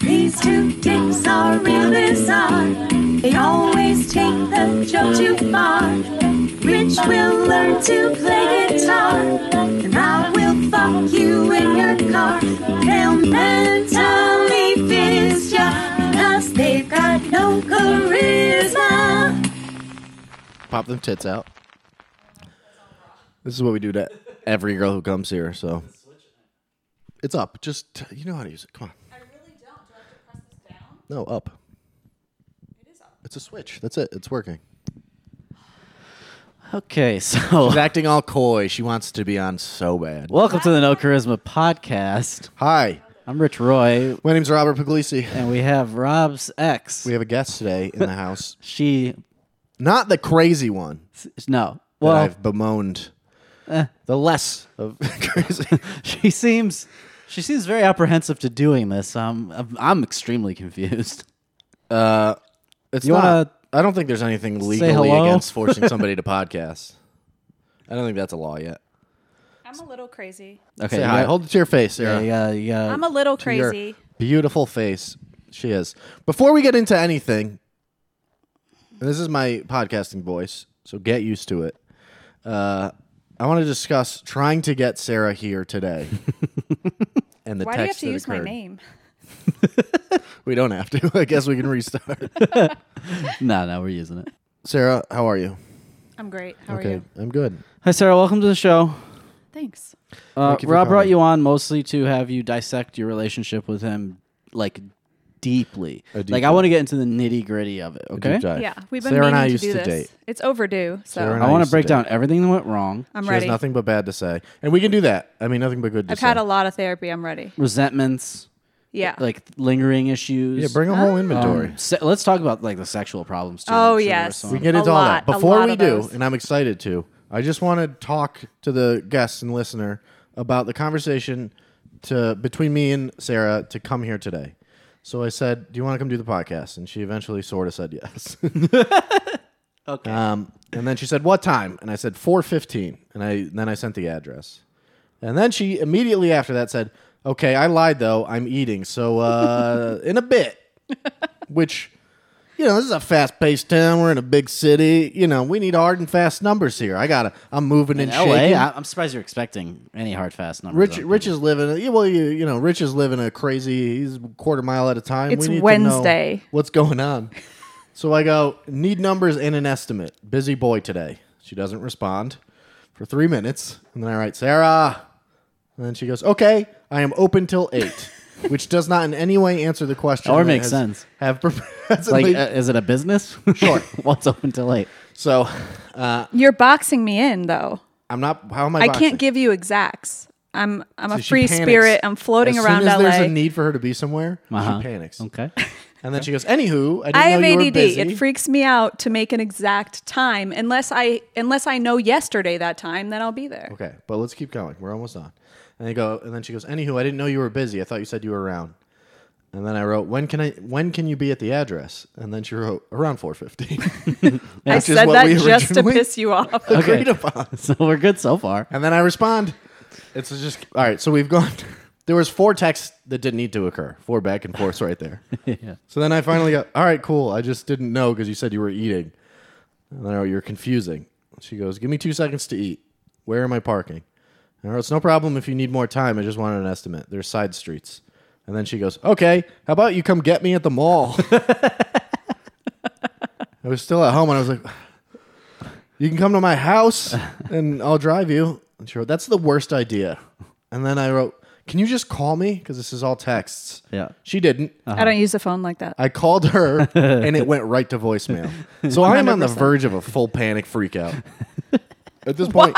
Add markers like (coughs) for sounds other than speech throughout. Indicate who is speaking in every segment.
Speaker 1: These two dicks are real bizarre. They always take the joke too far. Rich will learn to play guitar, and I will fuck you in your car. They'll mentally fizz ya, cause they've got no charisma.
Speaker 2: Pop them tits out. This is what we do to every girl who comes here. So it's up. Just you know how to use it. Come on.
Speaker 3: I really don't. Do I have to press this down?
Speaker 2: No, up.
Speaker 3: It is up.
Speaker 2: It's a switch. That's it. It's working.
Speaker 4: Okay, (laughs) so
Speaker 2: She's acting all coy. She wants to be on so bad.
Speaker 4: welcome to the No Charisma podcast.
Speaker 2: Hi,
Speaker 4: I'm Rich Roy,
Speaker 2: my name's Robert Puglisi.
Speaker 4: and we have Rob's ex.
Speaker 2: We have a guest today in the house.
Speaker 4: she,
Speaker 2: Not the crazy one
Speaker 4: no,
Speaker 2: that
Speaker 4: well,
Speaker 2: I've bemoaned. the less of (laughs) crazy.
Speaker 4: (laughs) she seems, she seems very apprehensive to doing this. Um, I'm, I'm extremely confused.
Speaker 2: It's
Speaker 4: You
Speaker 2: not.
Speaker 4: wanna
Speaker 2: I don't think there's anything legally
Speaker 4: hello?
Speaker 2: against
Speaker 4: (laughs)
Speaker 2: forcing somebody to podcast. I don't think that's a law yet.
Speaker 3: I'm a little crazy.
Speaker 4: Okay,
Speaker 2: Say
Speaker 4: you
Speaker 2: hi.
Speaker 4: got-
Speaker 2: Hold it to your face, Sarah.
Speaker 4: yeah, you gotta- you gotta-
Speaker 3: I'm a little
Speaker 2: To your
Speaker 3: crazy.
Speaker 2: beautiful face. She is. Before we get into anything, and this is my podcasting voice, so get used to it. Uh, I want to discuss trying to get Sarah here
Speaker 4: (laughs)
Speaker 2: today. and the
Speaker 3: Why do you have
Speaker 2: text
Speaker 3: to
Speaker 2: that
Speaker 3: use my
Speaker 2: occurred.
Speaker 3: name?
Speaker 2: We don't have to. (laughs) I guess we can
Speaker 4: (laughs)
Speaker 2: restart.
Speaker 4: no, no, we're
Speaker 2: (laughs)
Speaker 4: using it.
Speaker 2: Sarah, how are you?
Speaker 3: I'm great. How
Speaker 2: okay,
Speaker 3: are you?
Speaker 2: I'm good.
Speaker 4: Hi, Sarah. Welcome to the show.
Speaker 3: Thanks.
Speaker 4: Uh,
Speaker 2: Thank you for
Speaker 4: Rob brought
Speaker 2: coming.
Speaker 4: you on mostly to have you dissect your relationship with him, like deeply.
Speaker 2: A deep
Speaker 4: like I
Speaker 2: dive.
Speaker 4: want to get into the nitty gritty of it. Okay.
Speaker 2: Deep dive.
Speaker 3: Yeah, we've been
Speaker 2: Sarah
Speaker 3: meaning
Speaker 2: and I
Speaker 3: to
Speaker 2: used
Speaker 3: do
Speaker 2: to
Speaker 3: this.
Speaker 2: date.
Speaker 3: It's overdue. So
Speaker 2: Sarah and
Speaker 4: I want
Speaker 2: used
Speaker 4: to
Speaker 2: to
Speaker 4: break
Speaker 2: do.
Speaker 4: down everything that went wrong.
Speaker 3: I'm
Speaker 2: she
Speaker 3: ready.
Speaker 2: has nothing but bad to say, and we can do that. I mean, nothing but good. To
Speaker 3: I've
Speaker 2: say.
Speaker 3: had a lot of therapy. I'm ready.
Speaker 4: Resentments,
Speaker 3: Yeah.
Speaker 4: like lingering issues.
Speaker 2: yeah. Bring a whole
Speaker 4: Um,
Speaker 2: inventory.
Speaker 4: se- let's talk about like the sexual problems too.
Speaker 3: Oh,
Speaker 4: I'm sure there
Speaker 3: yes.
Speaker 4: was
Speaker 2: We
Speaker 4: some.
Speaker 2: can get
Speaker 3: A
Speaker 2: into all
Speaker 3: lot,
Speaker 2: that.
Speaker 3: a
Speaker 2: Before
Speaker 3: lot
Speaker 2: we
Speaker 3: of
Speaker 2: do,
Speaker 3: those.
Speaker 2: and I'm excited to, I just want to talk to the guests and listener about the conversation to between me and Sarah to come here today. So I said, Do you want to come do the podcast? And she eventually sort of said (laughs) yes.
Speaker 4: Okay.
Speaker 2: Um, and then she said, What time? And I said, four fifteen. And I then I sent the address. And then she immediately after that said, Okay, I lied though, I'm eating. So uh in a bit. Which you know, this is a fast-paced town. We're in a big city. You know, we need hard and fast numbers here. I gotta. I'm moving
Speaker 4: in
Speaker 2: and
Speaker 4: LA,
Speaker 2: shaking.
Speaker 4: I- I'm surprised you're expecting any hard fast numbers.
Speaker 2: Rich,
Speaker 4: on
Speaker 2: Rich
Speaker 4: people.
Speaker 2: is living. yeah, Well, you, you know, Rich is living a crazy. He's a quarter mile at a time.
Speaker 3: It's
Speaker 2: we need To know
Speaker 3: Wednesday.
Speaker 2: what's going on? so I go need numbers and an estimate. Busy boy today. She doesn't respond for three minutes, and then I write Sarah, and then she goes, "Okay, I am open till
Speaker 3: (laughs)
Speaker 2: 8. which does not in any way answer the question
Speaker 4: Or
Speaker 2: that
Speaker 4: makes
Speaker 2: has-
Speaker 4: sense.
Speaker 2: Have (laughs)
Speaker 4: like,
Speaker 2: like,
Speaker 4: uh, is it a business?
Speaker 2: Sure.
Speaker 4: (laughs) What's open till late?
Speaker 2: so. Uh,
Speaker 3: You're boxing me in though.
Speaker 2: I'm not. How am I?
Speaker 3: I
Speaker 2: boxing?
Speaker 3: can't give you exacts. I'm I'm a
Speaker 2: So she
Speaker 3: free
Speaker 2: panics.
Speaker 3: spirit. I'm floating
Speaker 2: as
Speaker 3: around
Speaker 2: soon as
Speaker 3: LA.
Speaker 2: There's a need for her to be somewhere.
Speaker 4: Uh-huh.
Speaker 2: She panics,
Speaker 4: Okay. (laughs)
Speaker 2: and then she goes, "Anywho, I didn't
Speaker 3: I
Speaker 2: know
Speaker 3: have
Speaker 2: you were
Speaker 3: ADD.
Speaker 2: busy."
Speaker 3: It freaks me out to make an exact time unless I unless I know yesterday that time, then I'll be there.
Speaker 2: okay, but let's keep going. We're almost on. And they go, and then she goes, "Anywho, I didn't know you were busy. I thought you said you were around." And then I wrote, "When can I? When can you be at the address?" And then she wrote, "Around (laughs) 4:15."
Speaker 3: I
Speaker 2: Which is
Speaker 3: said
Speaker 2: what
Speaker 3: that
Speaker 2: we
Speaker 3: just to
Speaker 2: originally-
Speaker 3: piss you
Speaker 2: (laughs)
Speaker 3: off.
Speaker 2: Agreed upon.
Speaker 4: so we're good so
Speaker 2: (laughs)
Speaker 4: far.
Speaker 2: And then I respond. It's just all right. So we've gone. (laughs) There was four texts that didn't need to occur. Four back and forths right there. So then I finally got all right. Cool. I just didn't know because you said you were eating. And I know you're confusing. She goes, "Give me two seconds to eat. Where am I parking?" And I wrote, "It's no problem if you need more time. I just wanted an estimate. There's side streets." And then she goes, "Okay. How about you come get me at the mall?" (laughs) I was still at home and I was like, you can come to my house and I'll drive you. And she wrote, That's the worst idea. And then I wrote, Can you just call me? Because this is all texts.
Speaker 4: Yeah.
Speaker 2: She didn't.
Speaker 3: I don't use a phone like that.
Speaker 2: I called her and it went right to voicemail. So I am on the verge of a full panic freak out. At this point,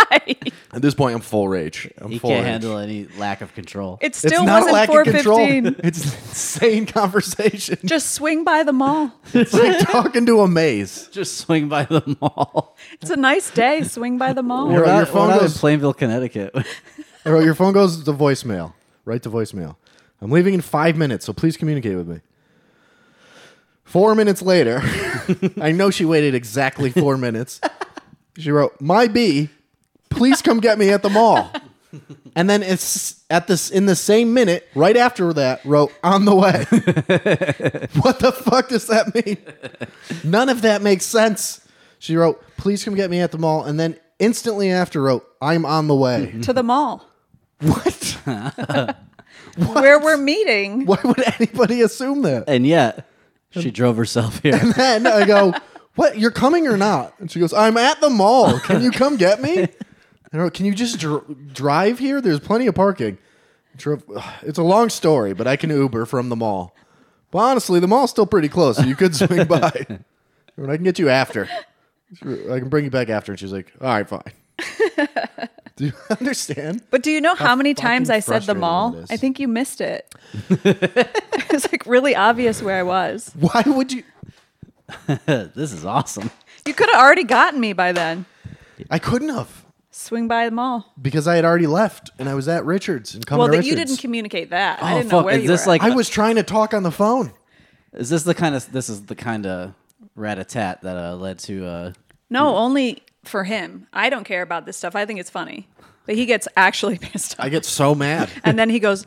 Speaker 2: at this point, I'm full rage. I'm
Speaker 4: You
Speaker 2: full
Speaker 4: can't
Speaker 2: rage.
Speaker 4: handle any lack of control.
Speaker 3: It
Speaker 2: It's
Speaker 3: still
Speaker 2: not
Speaker 3: wasn't
Speaker 2: a lack of control. (laughs)
Speaker 3: 415.
Speaker 2: It's an insane conversation.
Speaker 3: (laughs) Just swing by the mall.
Speaker 2: It's like talking to a maze.
Speaker 4: (laughs) Just swing by the
Speaker 2: (laughs)
Speaker 4: mall.
Speaker 3: It's a nice day. Swing by the mall.
Speaker 2: Your-
Speaker 4: We're
Speaker 2: your
Speaker 4: not-
Speaker 2: phone
Speaker 4: we're not
Speaker 2: goes-
Speaker 4: in Plainville, Connecticut. (laughs)
Speaker 2: I wrote, your phone goes to voicemail. Right to voicemail. I'm leaving in five minutes, so please communicate with me. Four minutes later, (laughs) I know she waited exactly four minutes. She wrote, My B, please come get me at the mall. and then it's at this in the same minute, right after that, wrote on the way. (laughs) what the fuck does that mean? None of that makes sense. She wrote, "Please come get me at the mall," and then instantly after wrote, "I'm on
Speaker 3: (laughs)
Speaker 2: the way."
Speaker 3: to the
Speaker 2: (laughs)
Speaker 3: mall
Speaker 2: what?
Speaker 3: where we're meeting.
Speaker 2: Why would anybody assume that?
Speaker 4: And yet,
Speaker 2: Um,
Speaker 4: she drove
Speaker 2: (laughs)
Speaker 4: herself here. (laughs)
Speaker 2: And I go, "What? You're coming or not?" And she goes, "I'm at the mall. Can you come get me?" And I wrote, "Can you just dr- drive here? There's plenty of parking." Drove. It's a long story, but I can Uber from the mall. But honestly, the mall's still pretty close. So you could swing
Speaker 3: (laughs)
Speaker 2: by. And I can get you after. I can bring you back after. And she's like,
Speaker 3: (laughs)
Speaker 2: "All right, fine." Do you understand?
Speaker 3: But do you know how, many times
Speaker 2: fucking
Speaker 3: I said the
Speaker 2: frustrating
Speaker 3: mall?
Speaker 2: it is.
Speaker 3: I think you missed it. (laughs) it was like really obvious where I was.
Speaker 2: Why would you?
Speaker 4: this is awesome.
Speaker 3: You could have already gotten me by then.
Speaker 2: I couldn't have
Speaker 3: Swing by the mall.
Speaker 2: because I had already left and I was at Richards and coming
Speaker 3: Well,
Speaker 2: to
Speaker 3: that
Speaker 2: Richards.
Speaker 3: you didn't communicate that. I
Speaker 4: Oh,
Speaker 3: didn't know
Speaker 4: fuck,
Speaker 3: where
Speaker 4: is
Speaker 3: you
Speaker 4: this
Speaker 3: were. at.
Speaker 4: like-
Speaker 2: I was trying to talk on the phone.
Speaker 4: Is this the kind of this is the kind of rat a tat that uh, led to? Uh,
Speaker 3: no, only for him. I don't care about this stuff. I think it's funny, but he gets actually (laughs) pissed off,
Speaker 2: I get so mad.
Speaker 3: and then he goes,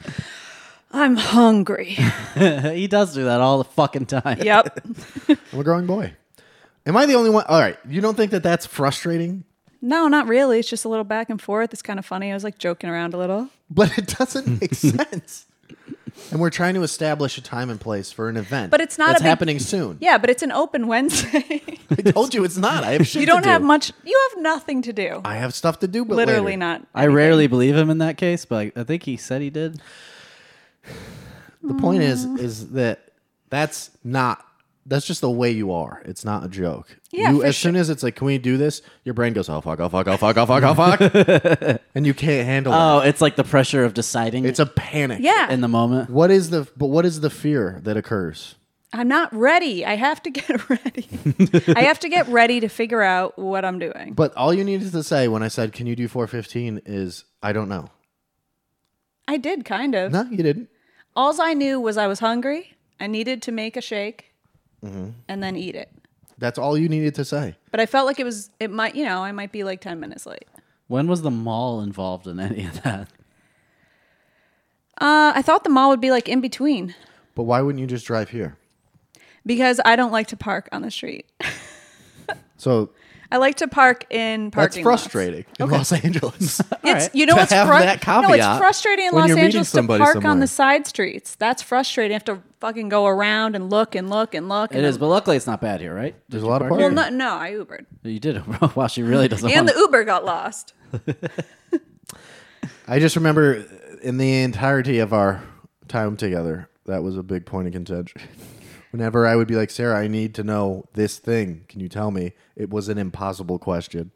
Speaker 3: "I'm hungry."
Speaker 4: he does do that all the fucking time.
Speaker 3: yep.
Speaker 2: I'm a growing boy. Am I the only one? All right. You don't think that that's frustrating?
Speaker 3: No, not really. It's just a little back and forth. It's kind of funny. I was like joking around a little.
Speaker 2: But it (laughs) doesn't make sense. And we're trying to establish a time and place for an event.
Speaker 3: But it's not
Speaker 2: that's
Speaker 3: a big-
Speaker 2: happening soon.
Speaker 3: Yeah, but it's an open (laughs) Wednesday.
Speaker 2: I told you it's not. I have shit
Speaker 3: you
Speaker 2: to
Speaker 3: don't
Speaker 2: do.
Speaker 3: have much. You have nothing to do.
Speaker 2: I have stuff to do, but
Speaker 3: Literally
Speaker 2: later.
Speaker 3: not.
Speaker 4: I rarely believe him in that case, but I, I think he said he did.
Speaker 2: The point is, is that that's not. That's just the way you are. It's not a joke.
Speaker 3: Yeah,
Speaker 2: you,
Speaker 3: for
Speaker 2: as soon as it's like, can we do this? Your brain goes, oh fuck, oh fuck, oh fuck, oh fuck, oh fuck, (laughs) and you can't handle it.
Speaker 4: Oh, it's like the pressure of deciding
Speaker 2: It's a panic.
Speaker 3: Uh, Yeah,
Speaker 4: in the moment.
Speaker 2: What is the but what is the fear that occurs?
Speaker 3: I'm not ready. I have to (laughs) get ready.
Speaker 2: (laughs)
Speaker 3: I have to get ready to figure out what I'm doing.
Speaker 2: But all you needed to say when I said, "Can you do 415?" is I don't know.
Speaker 3: I did kind of.
Speaker 2: No, you didn't.
Speaker 3: Alls I knew was I was hungry. I needed to make a shake
Speaker 2: Mm-hmm.
Speaker 3: and then eat it.
Speaker 2: That's all you needed to say.
Speaker 3: But I felt like it was. It might. You know, I might be like ten minutes late.
Speaker 4: When was the mall involved in any of that?
Speaker 3: Uh, I thought the mall would be like in between
Speaker 2: But why wouldn't you just drive here?
Speaker 3: because I don't like to park on the street. (laughs)
Speaker 2: So
Speaker 3: I like to park in
Speaker 2: that's
Speaker 3: parking. lots.
Speaker 2: frustrating in Los Angeles. (laughs)
Speaker 3: It's
Speaker 4: right.
Speaker 3: you know
Speaker 2: To
Speaker 3: what's
Speaker 2: have
Speaker 3: fru-
Speaker 2: that
Speaker 3: no, it's
Speaker 2: caveat
Speaker 3: frustrating in
Speaker 2: when
Speaker 3: Los
Speaker 2: you're meeting
Speaker 3: Angeles to
Speaker 2: somebody
Speaker 3: park on
Speaker 2: somewhere.
Speaker 3: the side streets. That's frustrating. You have to fucking go around and look and look and look.
Speaker 4: It
Speaker 3: and
Speaker 4: is, but luckily it's not bad here, right?
Speaker 2: There's a lot of
Speaker 4: park
Speaker 3: Well,
Speaker 2: parking.
Speaker 3: no, no, I
Speaker 4: (laughs)
Speaker 3: Ubered,
Speaker 4: You did. wow, she really doesn't.
Speaker 3: and
Speaker 4: want
Speaker 3: the Uber got lost.
Speaker 2: I just remember in the entirety of our time together, that was a big point of contention. (laughs) Whenever I would be like, Sarah, I need to know this thing. Can you tell me? It was an impossible question.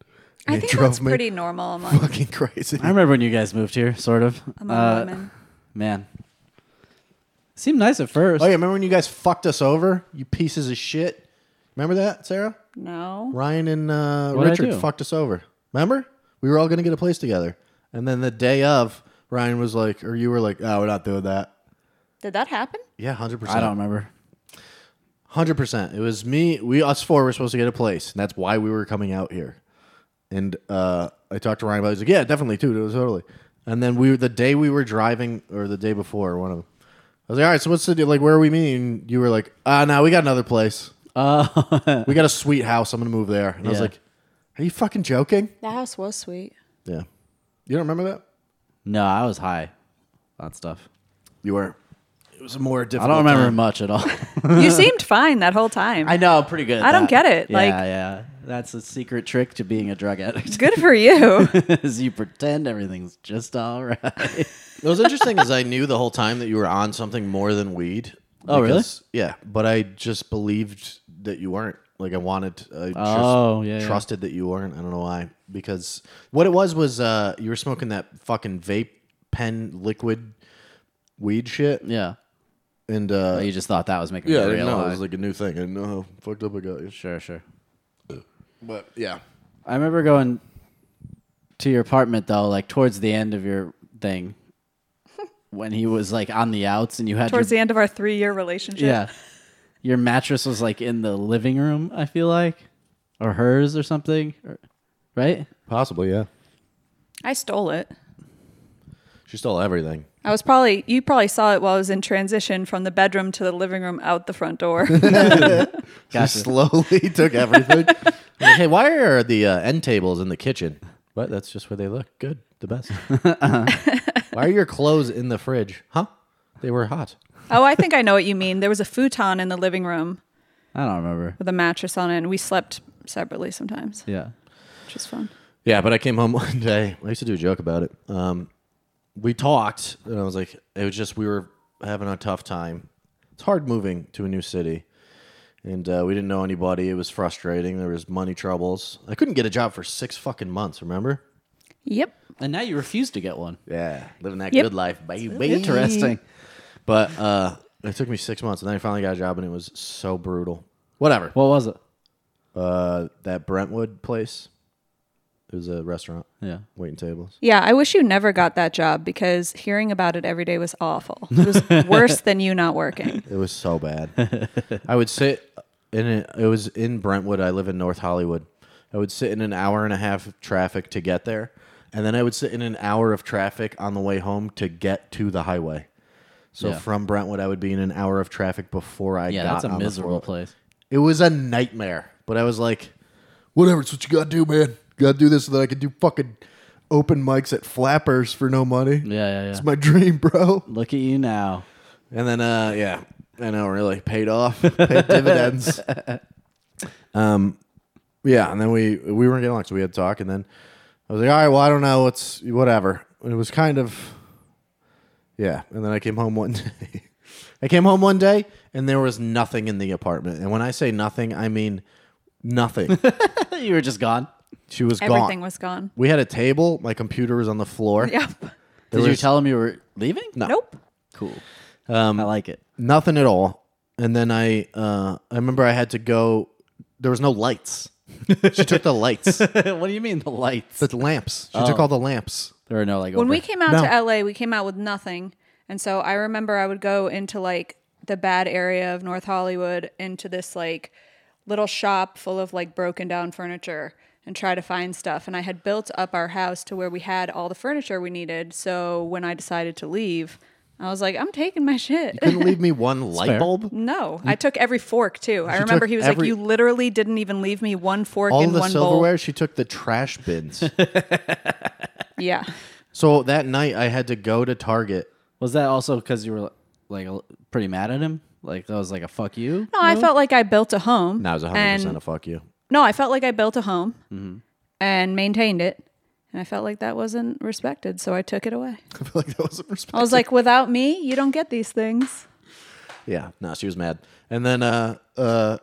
Speaker 3: I
Speaker 2: it
Speaker 3: think
Speaker 2: drove
Speaker 3: that's
Speaker 2: me
Speaker 3: pretty normal among,
Speaker 2: fucking (laughs) crazy.
Speaker 4: I remember when you guys moved here, sort of.
Speaker 3: among
Speaker 4: Uh,
Speaker 3: women.
Speaker 4: Man, seemed nice at first.
Speaker 2: Oh yeah, remember when you guys fucked us over? You pieces of shit. Remember that, Sarah?
Speaker 3: No,
Speaker 2: Ryan and uh,
Speaker 4: What'd I
Speaker 2: Richard
Speaker 4: do?
Speaker 2: fucked us over. Remember? We were all gonna get a place together, and then the day of, Ryan was like, or you were like, "Oh, we're not doing that."
Speaker 3: did that happen?
Speaker 2: Yeah, hundred
Speaker 4: I
Speaker 2: percent.
Speaker 4: don't remember.
Speaker 2: Hundred percent. It was me. We us four were supposed to get a place, and that's why we were coming out here. And uh, I talked to Ryan about. it. He's like, "Yeah, definitely, too, totally." And then we were the day we were driving, or the day before, one of them. I was like, "All right, so what's the deal? Like, where are we meeting?" And you were like, "Ah, no, we got another place."
Speaker 4: Uh,
Speaker 2: we got a sweet house. I'm gonna move there. And I was
Speaker 4: Yeah.
Speaker 2: like, Are you fucking joking?
Speaker 3: The house was sweet.
Speaker 2: Yeah. You don't remember that?
Speaker 4: no, I was high on stuff.
Speaker 2: You were. It was a more
Speaker 4: I
Speaker 2: difficult.
Speaker 4: don't remember
Speaker 2: time.
Speaker 4: much at all.
Speaker 3: (laughs)
Speaker 4: (laughs)
Speaker 3: you seemed fine that whole time.
Speaker 4: I know, I'm pretty good. at
Speaker 3: I don't
Speaker 4: that.
Speaker 3: get it,
Speaker 4: Yeah,
Speaker 3: like-
Speaker 4: yeah. That's a secret trick to being a drug addict.
Speaker 3: Good for
Speaker 2: (laughs)
Speaker 3: you.
Speaker 4: (laughs) is you pretend everything's just
Speaker 3: (laughs)
Speaker 4: all right.
Speaker 2: What was interesting is I knew the whole time that you were on something more than weed.
Speaker 4: Oh, really?
Speaker 2: because- Yeah, but I just believed that you weren't. Like I wanted. I just
Speaker 4: Oh, yeah, yeah.
Speaker 2: Trusted that you weren't. I don't know why. Because what it was was uh, you were smoking that fucking vape pen liquid weed shit,
Speaker 4: Yeah.
Speaker 2: and uh,
Speaker 4: But you just thought that was making
Speaker 2: yeah, I
Speaker 4: me
Speaker 2: didn't
Speaker 4: real
Speaker 2: know it
Speaker 4: high.
Speaker 2: was like a new thing. I didn't know how fucked up I got.
Speaker 4: sure, sure.
Speaker 2: But yeah,
Speaker 4: I remember going to your apartment though, like towards the end of your
Speaker 3: (laughs)
Speaker 4: thing, when he was like on the outs and you had
Speaker 3: Towards
Speaker 4: your,
Speaker 3: the end of our three-year relationship,
Speaker 4: yeah, your mattress was like in the living room. I feel like, or hers or something, or- right?
Speaker 2: possibly yeah.
Speaker 3: I stole it.
Speaker 2: She stole everything.
Speaker 3: I was probably you probably saw it while I was in transition from the bedroom to the living room out the front door.
Speaker 4: Gotcha.
Speaker 2: She slowly (laughs) took everything. Like, hey, why are the uh, end tables in the kitchen? What? That's just where they look good, the (laughs) best. Uh-huh. why are your clothes in the fridge? Huh? They were hot.
Speaker 3: oh, I think I know what you mean. There was a futon in the living room
Speaker 4: I don't remember.
Speaker 3: with a mattress on it, and we slept separately sometimes,
Speaker 4: Yeah.
Speaker 3: which was fun.
Speaker 2: Yeah, but I came home (laughs) one day. I used to do a joke about it. Um, we talked, and I was like, it was just we were having a tough time. It's hard moving to a new city, and uh, we didn't know anybody. It was frustrating. There was money troubles. I couldn't get a job for six fucking months. Remember?
Speaker 3: Yep.
Speaker 4: And now you refuse to get one.
Speaker 2: Yeah, living that
Speaker 3: Yep.
Speaker 2: good life, baby.
Speaker 4: Interesting.
Speaker 2: But uh, it took me six months, and then I finally got a job, and it was so brutal. Whatever.
Speaker 4: What was it?
Speaker 2: Uh, that Brentwood place. It was a restaurant.
Speaker 4: Yeah.
Speaker 2: Waiting tables.
Speaker 3: Yeah, I wish you never got that job because hearing about it every day was awful. It was worse than you not working.
Speaker 2: It was so
Speaker 4: (laughs)
Speaker 2: bad. I would sit in it. It was in Brentwood. I live in North Hollywood. I would sit in an hour and a half of traffic to get there, and then I would sit in an hour of traffic on the way home to get to the highway. So
Speaker 4: Yeah.
Speaker 2: from Brentwood, I would be in an hour of traffic before I
Speaker 4: Yeah,
Speaker 2: got.
Speaker 4: that's a
Speaker 2: on the
Speaker 4: miserable
Speaker 2: floor.
Speaker 4: place.
Speaker 2: It was a nightmare. But I was like, whatever, it's what you gotta do, man. Gotta do this so that I can do fucking open mics at flappers for no money.
Speaker 4: Yeah, yeah, yeah.
Speaker 2: It's my dream, bro.
Speaker 4: Look at you now.
Speaker 2: And then uh yeah. I know really paid off. (laughs) paid dividends. Um yeah, and then we we weren't getting along, so we had to talk and then I was like, all right, well I don't know, it's whatever. And it was kind of yeah. And then I came home one (laughs) day. I came home one day and there was nothing in the apartment. And when I say nothing, I mean nothing.
Speaker 4: you were just gone.
Speaker 2: She was
Speaker 3: Everything
Speaker 2: gone.
Speaker 3: was gone.
Speaker 2: we had a table. My computer was on the floor.
Speaker 3: Yep.
Speaker 2: There
Speaker 4: Did you
Speaker 2: was
Speaker 4: tell him you were leaving? Um,
Speaker 2: No.
Speaker 3: Nope.
Speaker 4: Cool. I like it.
Speaker 2: nothing at all. And then I, uh, I remember I had to go. There was no lights. she took the
Speaker 3: (laughs)
Speaker 2: lights, the
Speaker 4: (laughs) what do you mean the lights?
Speaker 2: lamps. She
Speaker 3: Oh.
Speaker 2: took all the lamps.
Speaker 4: There are no like.
Speaker 3: When
Speaker 4: over-
Speaker 3: we came out
Speaker 2: No.
Speaker 3: to LA, we came out with nothing. And so I remember I would go into like the bad area of North Hollywood into this like little shop full of like broken down furniture and try to find stuff. And I had built up our house to where we had all the furniture we needed. So when I decided to leave, I was like, I'm taking my shit.
Speaker 2: Couldn't leave me one light
Speaker 4: fair.
Speaker 2: bulb.
Speaker 3: No, I took every fork too. I
Speaker 2: She
Speaker 3: remember
Speaker 2: took
Speaker 3: he was
Speaker 2: every-
Speaker 3: like, "You literally didn't even leave me one fork
Speaker 2: All
Speaker 3: and
Speaker 2: the
Speaker 3: one
Speaker 2: silverware.
Speaker 3: bowl."
Speaker 2: She took the trash
Speaker 3: (laughs)
Speaker 2: bins.
Speaker 3: Yeah,
Speaker 2: so that night I had to go to Target.
Speaker 4: was that also because you were like a- pretty mad at him? Like that was like a fuck you.
Speaker 3: no, I felt like I built a home.
Speaker 2: Now was hundred
Speaker 3: and-
Speaker 2: percent a fuck you. (laughs)
Speaker 3: No, I felt like I built a home and maintained it, and I felt like that wasn't respected, so I took it away.
Speaker 2: I feel like that wasn't
Speaker 3: I was like, "Without me, you don't get these things."
Speaker 2: Yeah, no, she was mad. And then, uh, uh,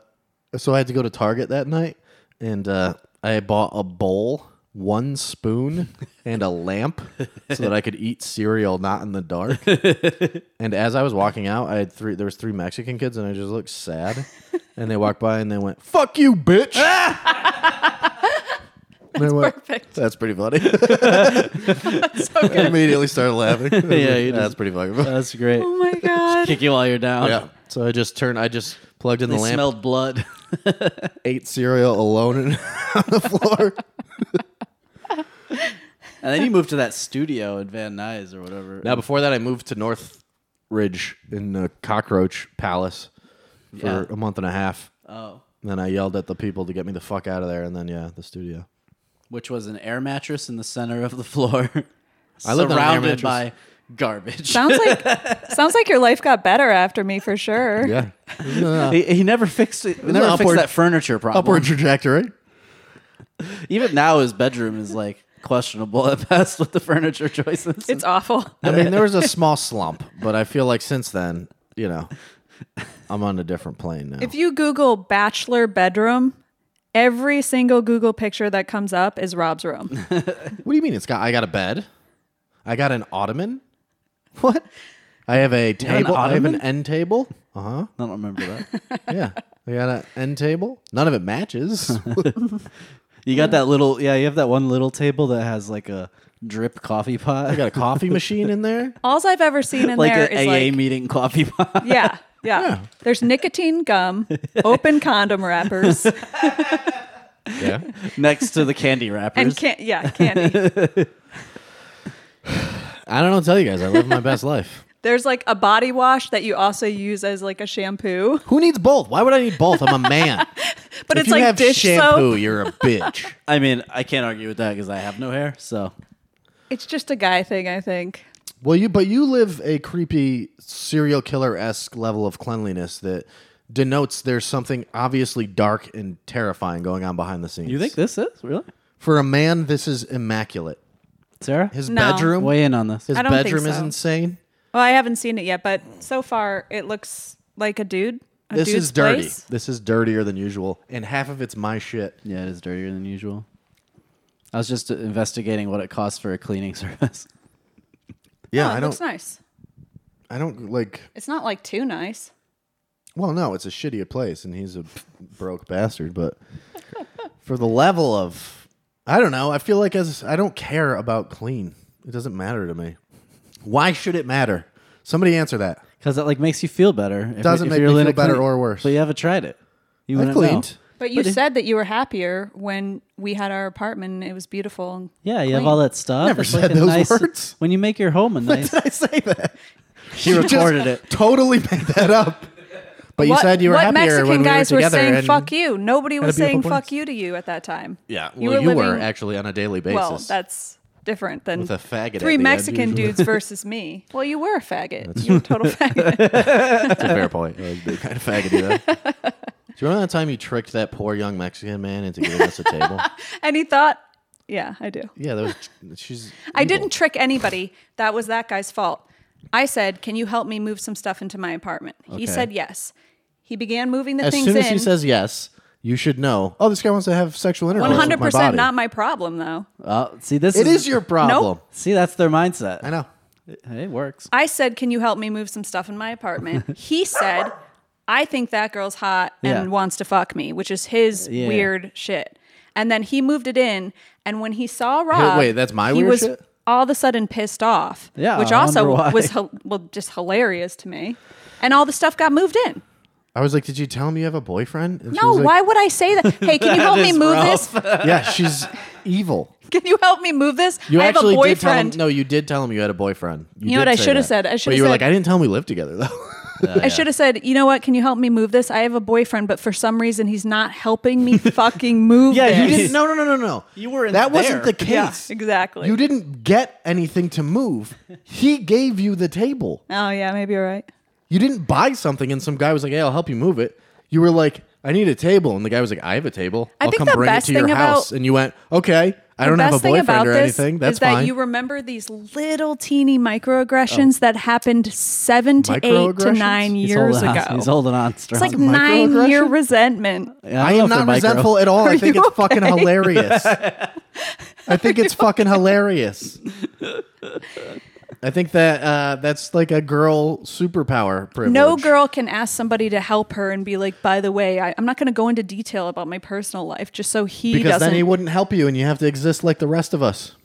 Speaker 2: so I had to go to Target that night, and uh, I bought a bowl, one (laughs) spoon, and a lamp so that I could eat cereal not in the dark. (laughs) and as I was walking out, I had three. There was three Mexican kids, and I just looked sad. and they walked by and they went, "Fuck you, (laughs) bitch." That's
Speaker 3: perfect.
Speaker 2: That's pretty funny. (laughs) I immediately started (laughs) laughing.
Speaker 4: Yeah, you
Speaker 2: that's
Speaker 4: just-
Speaker 2: pretty fucking funny.
Speaker 4: That's great.
Speaker 3: (laughs) Oh my god!
Speaker 4: Kick you while you're down.
Speaker 2: (laughs) Yeah. So I just turned. I just plugged in
Speaker 4: They
Speaker 2: the lamp.
Speaker 4: smelled (laughs) blood.
Speaker 2: ate cereal alone and (laughs) on the floor.
Speaker 4: and then you moved to that studio in Van Nuys or whatever.
Speaker 2: now, before that, I moved to North Ridge in the Cockroach Palace for
Speaker 4: Yeah.
Speaker 2: a month and a half.
Speaker 4: Oh,
Speaker 2: And then I yelled at the people to get me the fuck out of there. And then, yeah, the studio.
Speaker 4: which was an air mattress in the center of the floor.
Speaker 2: I lived on an air mattress.
Speaker 4: surrounded by garbage.
Speaker 3: sounds like sounds like your life got better after me for sure.
Speaker 2: (laughs) Yeah.
Speaker 4: He, he never fixed it. He
Speaker 2: an
Speaker 4: never
Speaker 2: upward-
Speaker 4: fixed that furniture problem.
Speaker 2: Upward trajectory.
Speaker 4: (laughs) Even now, his bedroom is like questionable at best with the furniture choices.
Speaker 3: It's awful.
Speaker 2: I mean, there was a small slump, but I feel like since then, you know, I'm on a different plane now.
Speaker 3: If you Google bachelor bedroom, every single Google picture that comes up is Rob's room.
Speaker 2: what do you mean? It's got, I got a bed. I got an ottoman. What? I have a
Speaker 4: have
Speaker 2: table.
Speaker 4: an
Speaker 2: I have an
Speaker 4: ottoman?
Speaker 2: end table. Uh huh.
Speaker 4: I don't remember
Speaker 2: (laughs)
Speaker 4: that.
Speaker 2: Yeah. We got an end table. None of it (laughs) matches.
Speaker 4: You got that little, yeah. You have that one little table that has like a drip coffee pot,
Speaker 2: I got a coffee machine in there.
Speaker 3: All I've ever seen in
Speaker 4: (laughs) like
Speaker 3: there
Speaker 4: an
Speaker 3: is
Speaker 4: AA
Speaker 3: like
Speaker 4: meeting coffee pot.
Speaker 3: (laughs)
Speaker 4: (laughs)
Speaker 3: yeah, yeah, There's nicotine gum, open condom wrappers,
Speaker 2: Yeah.
Speaker 4: next to the candy wrappers.
Speaker 3: and can- yeah, candy.
Speaker 2: I don't know what to tell you guys. I live my best life.
Speaker 3: There's like a body wash that you also use as like a shampoo, (laughs)
Speaker 2: Who needs both? Why would I need both? I'm a (laughs) man.
Speaker 3: but
Speaker 2: if
Speaker 3: it's
Speaker 2: you
Speaker 3: like
Speaker 2: have
Speaker 3: dish
Speaker 2: shampoo,
Speaker 3: soap.
Speaker 2: (laughs) you're a bitch.
Speaker 4: I mean, I can't argue with that because I have no hair. So
Speaker 3: It's just a guy thing, I think.
Speaker 2: Well, you but you live a creepy serial killer esque level of cleanliness that denotes there's something obviously dark and terrifying going on behind the scenes.
Speaker 4: you think this is really
Speaker 2: for a man this is immaculate?
Speaker 4: Sarah?
Speaker 2: His
Speaker 3: No.
Speaker 2: bedroom,
Speaker 4: weigh in on this.
Speaker 2: his
Speaker 3: I don't think
Speaker 2: bedroom is
Speaker 3: so.
Speaker 2: insane.
Speaker 3: Well, I haven't seen it yet, but so far it looks like a dude. A
Speaker 2: This
Speaker 3: dude's
Speaker 2: is dirty.
Speaker 3: place.
Speaker 2: This is dirtier than usual, and half of it's my shit.
Speaker 4: yeah, it is dirtier than usual. I was just investigating what it costs for a cleaning (laughs) service.
Speaker 2: Yeah,
Speaker 3: Oh, it
Speaker 2: I
Speaker 3: looks
Speaker 2: don't.
Speaker 3: nice.
Speaker 2: I don't like.
Speaker 3: It's not like too nice.
Speaker 2: Well, no, it's a shittier place, and he's a broke
Speaker 3: (laughs)
Speaker 2: bastard. But for the level of, I don't know. I feel like as I don't care about clean. It doesn't matter to me. Why should it matter? Somebody answer
Speaker 3: (laughs)
Speaker 2: that.
Speaker 4: Because it like makes you feel better. If,
Speaker 2: Doesn't
Speaker 4: if
Speaker 2: make
Speaker 4: you're
Speaker 2: me
Speaker 4: in
Speaker 2: feel
Speaker 4: a
Speaker 2: better or worse.
Speaker 4: But you haven't tried it. You
Speaker 2: I
Speaker 4: wouldn't
Speaker 2: cleaned.
Speaker 4: know.
Speaker 3: But you
Speaker 4: But it-
Speaker 3: said that you were happier when we had our apartment. and It was beautiful. and
Speaker 4: Yeah, you have
Speaker 3: clean.
Speaker 4: all that stuff.
Speaker 2: Never
Speaker 4: It's
Speaker 2: said
Speaker 4: a
Speaker 2: those words.
Speaker 4: When you make your home
Speaker 2: (laughs)
Speaker 4: a nice,
Speaker 2: Did I say that?
Speaker 4: she recorded it.
Speaker 2: Totally made that up. But you
Speaker 3: what,
Speaker 2: said you were
Speaker 3: what
Speaker 2: happier
Speaker 3: Mexican
Speaker 2: when we
Speaker 3: guys
Speaker 2: were together.
Speaker 3: saying
Speaker 2: and-
Speaker 3: "fuck you." Nobody was
Speaker 2: beautiful
Speaker 3: saying
Speaker 2: place.
Speaker 3: "fuck you" to you at that time.
Speaker 2: Yeah, well, you were,
Speaker 3: living-
Speaker 2: actually on a daily basis.
Speaker 3: Well, that's different than
Speaker 2: With a faggot at
Speaker 3: three
Speaker 2: the end,
Speaker 3: Mexican
Speaker 2: usually. (laughs)
Speaker 3: dudes versus me. Well, you were a faggot. You were a total faggot.
Speaker 2: That's a fair point. Like, they kind of faggot
Speaker 3: (laughs)
Speaker 2: do that. Do you remember that time you tricked that poor young Mexican man into giving us
Speaker 3: (laughs)
Speaker 2: a table?
Speaker 3: And he thought, yeah, I do.
Speaker 2: Yeah, that was she's.
Speaker 3: I
Speaker 2: evil.
Speaker 3: didn't trick anybody. That was that guy's fault. I said, "Can you help me move some stuff into my apartment?"
Speaker 4: Okay.
Speaker 3: He said yes. He began moving the
Speaker 2: As
Speaker 3: things
Speaker 2: soon as
Speaker 3: in.
Speaker 2: he says yes, you should know. Oh, this guy wants to have sexual intercourse.
Speaker 3: One hundred
Speaker 2: with my
Speaker 3: percent,
Speaker 2: body.
Speaker 3: not my problem though.
Speaker 4: Oh, see, this
Speaker 2: It is your problem.
Speaker 3: Nope.
Speaker 4: See, that's their mindset.
Speaker 2: I know.
Speaker 4: It works.
Speaker 3: I said, "Can you help me move some stuff in my
Speaker 2: (laughs)
Speaker 3: apartment?" he said, "I think that girl's hot and
Speaker 4: Yeah.
Speaker 3: wants to fuck me," which is his
Speaker 4: Yeah.
Speaker 3: weird shit. And then he moved it in, and when he saw Rob,
Speaker 2: wait, that's my
Speaker 3: he
Speaker 2: weird
Speaker 3: was
Speaker 2: shit?
Speaker 3: all of a sudden pissed off.
Speaker 4: Yeah,
Speaker 3: which
Speaker 4: I
Speaker 3: also
Speaker 4: wonder why.
Speaker 3: was hil- well just hilarious to me. And all the stuff got moved in.
Speaker 2: I was like, "Did you tell him you have a boyfriend?" And she
Speaker 3: No,
Speaker 2: was like,
Speaker 3: why would I say that? Hey, can
Speaker 2: (laughs)
Speaker 3: you help me
Speaker 4: is
Speaker 3: move
Speaker 4: rough.
Speaker 3: this?
Speaker 2: Yeah, she's evil.
Speaker 3: (laughs) Can you help me move this?
Speaker 2: You
Speaker 3: I have a
Speaker 2: actually did tell him.
Speaker 3: boyfriend.
Speaker 2: No, you did tell him you had a boyfriend.
Speaker 3: You know what
Speaker 2: did
Speaker 3: I
Speaker 2: say
Speaker 3: should have
Speaker 2: that.
Speaker 3: said? I should
Speaker 2: But
Speaker 3: have
Speaker 2: you were
Speaker 3: said-
Speaker 2: like, "I didn't tell him we lived together, though."
Speaker 3: I should have said, you know what? Can you help me move this? I have a boyfriend, but for some reason he's not helping
Speaker 2: (laughs)
Speaker 3: me fucking move.
Speaker 4: Yeah, you
Speaker 3: this."
Speaker 2: You didn't- no, no, no, no, no. You
Speaker 4: weren't
Speaker 2: That wasn't
Speaker 4: there.
Speaker 2: the case.
Speaker 4: Yeah,
Speaker 3: exactly.
Speaker 2: You didn't get anything to move. He gave you the table.
Speaker 3: Oh yeah, maybe you're right.
Speaker 2: You didn't buy something, and some guy was like, "Hey, I'll help you move it." You were like, "I need a table," and the guy was like, "I have a table.
Speaker 3: I
Speaker 2: I'll
Speaker 3: think
Speaker 2: come
Speaker 3: the
Speaker 2: bring it
Speaker 3: best
Speaker 2: to your
Speaker 3: thing
Speaker 2: house."
Speaker 3: about-
Speaker 2: And you went, "Okay, I
Speaker 3: The
Speaker 2: don't have a
Speaker 3: best thing
Speaker 2: boyfriend
Speaker 3: about
Speaker 2: or
Speaker 3: this
Speaker 2: anything. That's
Speaker 3: is that
Speaker 2: fine." Oh.
Speaker 3: you remember these little teeny microaggressions that happened seven to eight to
Speaker 2: Microaggressions?
Speaker 3: nine
Speaker 4: He's
Speaker 3: years
Speaker 4: holding on-
Speaker 3: ago.
Speaker 4: He's holding on
Speaker 3: it's
Speaker 4: strong.
Speaker 3: like nine year
Speaker 2: microaggression?
Speaker 3: resentment.
Speaker 4: Yeah,
Speaker 2: I
Speaker 4: don't know
Speaker 2: am not
Speaker 4: if they're micro.
Speaker 2: resentful
Speaker 3: (laughs)
Speaker 2: at all. I think
Speaker 3: you
Speaker 2: it's fucking hilarious. I think it's fucking hilarious.
Speaker 3: (laughs)
Speaker 2: I think that uh, that's like a girl superpower privilege.
Speaker 3: No girl can ask somebody to help her and be like, by the way, I, I'm not going to go into detail about my personal life just so he
Speaker 2: because
Speaker 3: doesn't.
Speaker 2: then he wouldn't help you, and you have to exist like the rest of us.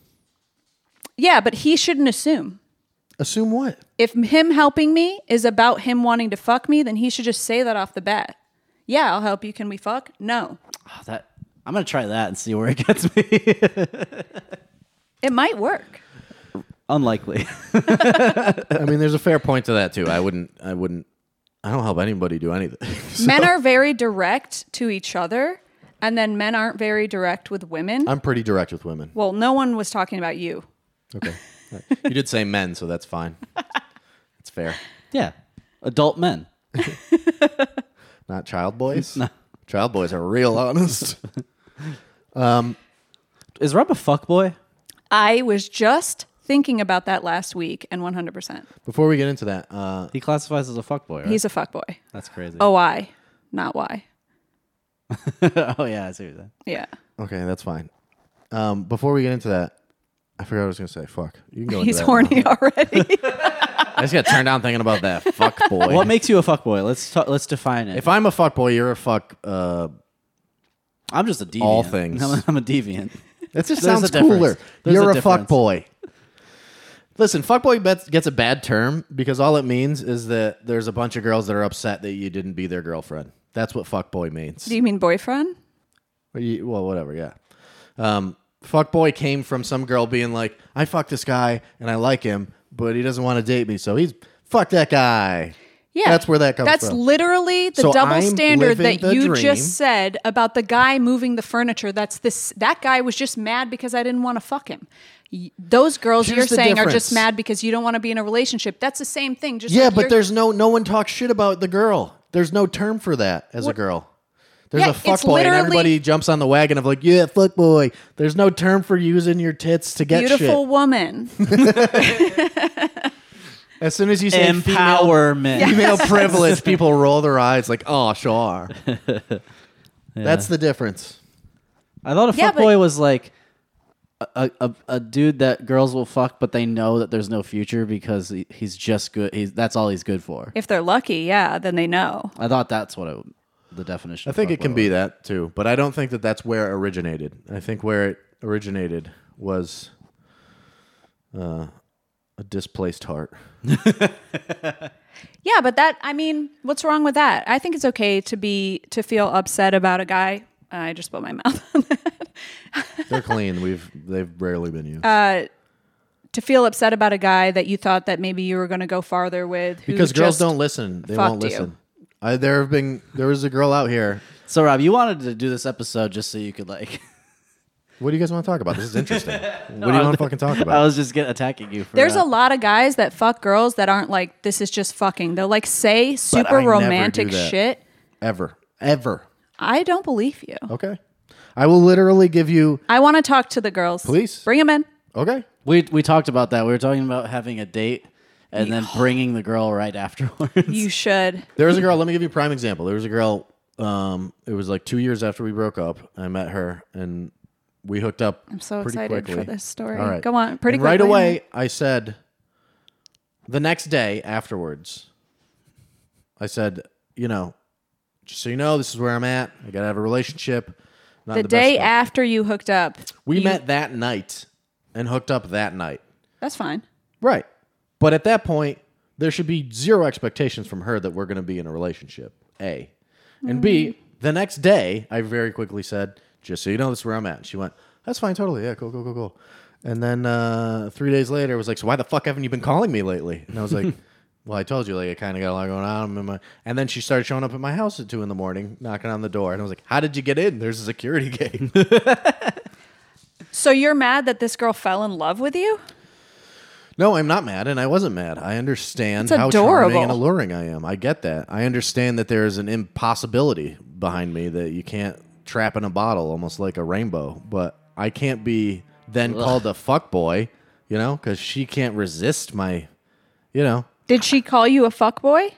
Speaker 3: yeah, but he shouldn't assume.
Speaker 2: Assume what?
Speaker 3: If him helping me is about him wanting to fuck me, then he should just say that off the bat. Yeah, I'll help you. Can we fuck? No.
Speaker 4: Oh, that- I'm gonna try that and see where it gets me. (laughs)
Speaker 3: It might work.
Speaker 4: Unlikely. (laughs)
Speaker 2: I mean, there's a fair point to that too. I wouldn't. I wouldn't. I don't help anybody do anything. (laughs) So
Speaker 3: Men are very direct to each other, and then men aren't very direct with women.
Speaker 2: I'm pretty direct with women.
Speaker 3: well, no one was talking about you.
Speaker 2: Okay. (laughs) you did say men, so that's fine. It's fair.
Speaker 4: Yeah, adult men.
Speaker 2: Not child (laughs) boys. Child boys are real (laughs) honest.
Speaker 4: Is Rob a fuck boy?
Speaker 3: I was just thinking about that last week, and 100%.
Speaker 2: Before we get into that, uh,
Speaker 4: He classifies as a fuck boy. Right?
Speaker 3: He's a fuckboy.
Speaker 4: that's crazy.
Speaker 3: Oh, I, not why.
Speaker 4: (laughs) oh yeah, I see that.
Speaker 3: Yeah.
Speaker 2: okay, that's fine. Um, before we get into that, I forgot what I was gonna say. Fuck, you can go. into
Speaker 3: He's
Speaker 2: that now.
Speaker 3: horny already. (laughs)
Speaker 2: I just got turned down thinking about that. Fuck boy.
Speaker 4: What makes you a fuck boy? Let's ta- let's define it.
Speaker 2: if I'm a fuck boy, you're a fuck. Uh,
Speaker 4: I'm just a deviant.
Speaker 2: All things.
Speaker 4: I'm, (laughs) I'm
Speaker 3: (laughs)
Speaker 4: a deviant.
Speaker 2: That just
Speaker 4: There's
Speaker 2: sounds
Speaker 4: a difference.
Speaker 2: cooler.
Speaker 4: There's
Speaker 2: You're
Speaker 4: a
Speaker 2: a, fuck
Speaker 4: difference.
Speaker 2: boy. Listen, fuckboy bet- gets a bad term because all it means is that there's a bunch of girls that are upset that you didn't be their girlfriend. That's what fuckboy means.
Speaker 3: Do you mean boyfriend?
Speaker 2: Or you- well, whatever, yeah. Um, fuckboy came from some girl being like, I fucked this guy and I like him, but he doesn't want to date me, so he's fuck that guy.
Speaker 3: Yeah.
Speaker 2: That's where that comes
Speaker 3: That's
Speaker 2: from.
Speaker 3: literally the
Speaker 2: So
Speaker 3: double
Speaker 2: I'm
Speaker 3: standard
Speaker 2: living
Speaker 3: that
Speaker 2: the
Speaker 3: you
Speaker 2: dream.
Speaker 3: just said about the guy moving the furniture. That's this that guy was just mad because I didn't want to fuck him. Y- Those girls
Speaker 2: Here's
Speaker 3: you're
Speaker 2: the
Speaker 3: saying are
Speaker 2: difference.
Speaker 3: just mad because you don't want to be in a relationship. That's the same thing. Just
Speaker 2: Yeah,
Speaker 3: like
Speaker 2: but
Speaker 3: you're-
Speaker 2: there's no no one talks shit about the girl. There's no term for that as a
Speaker 3: What-
Speaker 2: girl. There's
Speaker 3: Yeah,
Speaker 2: a
Speaker 3: it's
Speaker 2: fuck boy, and
Speaker 3: literally-
Speaker 2: everybody jumps on the wagon of like, yeah, fuck boy. There's no term for using your tits to get
Speaker 3: beautiful
Speaker 2: shit.
Speaker 3: woman.
Speaker 2: As soon as you say female,
Speaker 4: Empowerment.
Speaker 3: (laughs)
Speaker 2: female privilege, people roll their eyes like, oh, sure. That's the difference.
Speaker 4: I thought a fuckboy
Speaker 3: Yeah, but-
Speaker 4: was like a, a a dude that girls will fuck, but they know that there's no future because he, he's just good. He's that's all he's good for.
Speaker 3: if they're lucky, yeah, then they know.
Speaker 4: I thought that's what it, the definition.
Speaker 2: I think it can be that too, but I don't think that that's where it originated. I think where it originated was uh, a displaced heart.
Speaker 3: Yeah, but that I mean, what's wrong with that? I think it's okay to be to feel upset about a guy. I just put my (laughs) mouth on
Speaker 2: They're clean. We've they've rarely been used.
Speaker 3: to feel upset about a guy that you thought that maybe you were going to go farther with who
Speaker 2: because girls
Speaker 3: just-
Speaker 2: don't listen. They won't
Speaker 3: fucked you.
Speaker 2: listen. I, there have been there was a girl out here.
Speaker 4: So Rob, you wanted to do this episode just so you could like. (laughs)
Speaker 2: What do you guys want to talk about? This is
Speaker 3: (laughs)
Speaker 2: interesting. what do you want to fucking talk
Speaker 4: I
Speaker 2: about?
Speaker 4: was just get, attacking you. For
Speaker 3: There's
Speaker 4: that.
Speaker 3: a lot of guys that fuck girls that aren't like this is just fucking. They'll like say
Speaker 2: I
Speaker 3: super
Speaker 2: never
Speaker 3: romantic
Speaker 2: do that.
Speaker 3: shit.
Speaker 2: ever, ever.
Speaker 3: I don't believe you.
Speaker 2: Okay, I will literally give you.
Speaker 3: I want to talk to the girls.
Speaker 2: Please.
Speaker 3: bring them in.
Speaker 2: Okay,
Speaker 4: We we talked about that. We were talking about having a date and then bringing the girl
Speaker 3: (laughs)
Speaker 4: right afterwards. (laughs)
Speaker 3: You should.
Speaker 2: There was a girl. Let me give you a prime example. There was a girl. Um, it was like two years after we broke up. I met her and we hooked up. I'm
Speaker 3: so
Speaker 2: pretty
Speaker 3: excited for
Speaker 2: quickly.
Speaker 3: this story. Go on, pretty
Speaker 2: And right
Speaker 3: quickly.
Speaker 2: away. I said the next day afterwards. I said, you know, just so you know, this is where I'm at. I gotta have a relationship. Not
Speaker 3: The,
Speaker 2: in the best
Speaker 3: day
Speaker 2: way.
Speaker 3: after you hooked up,
Speaker 2: we met that night and hooked up that night.
Speaker 3: that's fine.
Speaker 2: Right. But at that point, there should be zero expectations from her that we're going to be in a relationship. A. And B, the next day, I very quickly said, just so you know, this is where I'm at. And she went, that's fine, totally. Yeah, cool, cool, cool, cool. And then uh, three days later, I was like, so why the fuck haven't you been calling me lately? And I was like, well, I told you, like, I kind of got a lot going on. I'm in my... And then she started showing up at my house at two in the morning, knocking on the door. And I was like, how did you get in? There's a security (laughs) gate.
Speaker 3: So you're mad that this girl fell in love with you?
Speaker 2: No, I'm not mad, and I wasn't mad. I understand
Speaker 3: It's
Speaker 2: how charming
Speaker 3: adorable.
Speaker 2: and alluring I am. I get that. I understand that there is an impossibility behind me that you can't trap in a bottle, almost like a rainbow. But I can't be then called a fuck boy, you know, because she can't resist my, you know,
Speaker 3: Did she call you a fuckboy?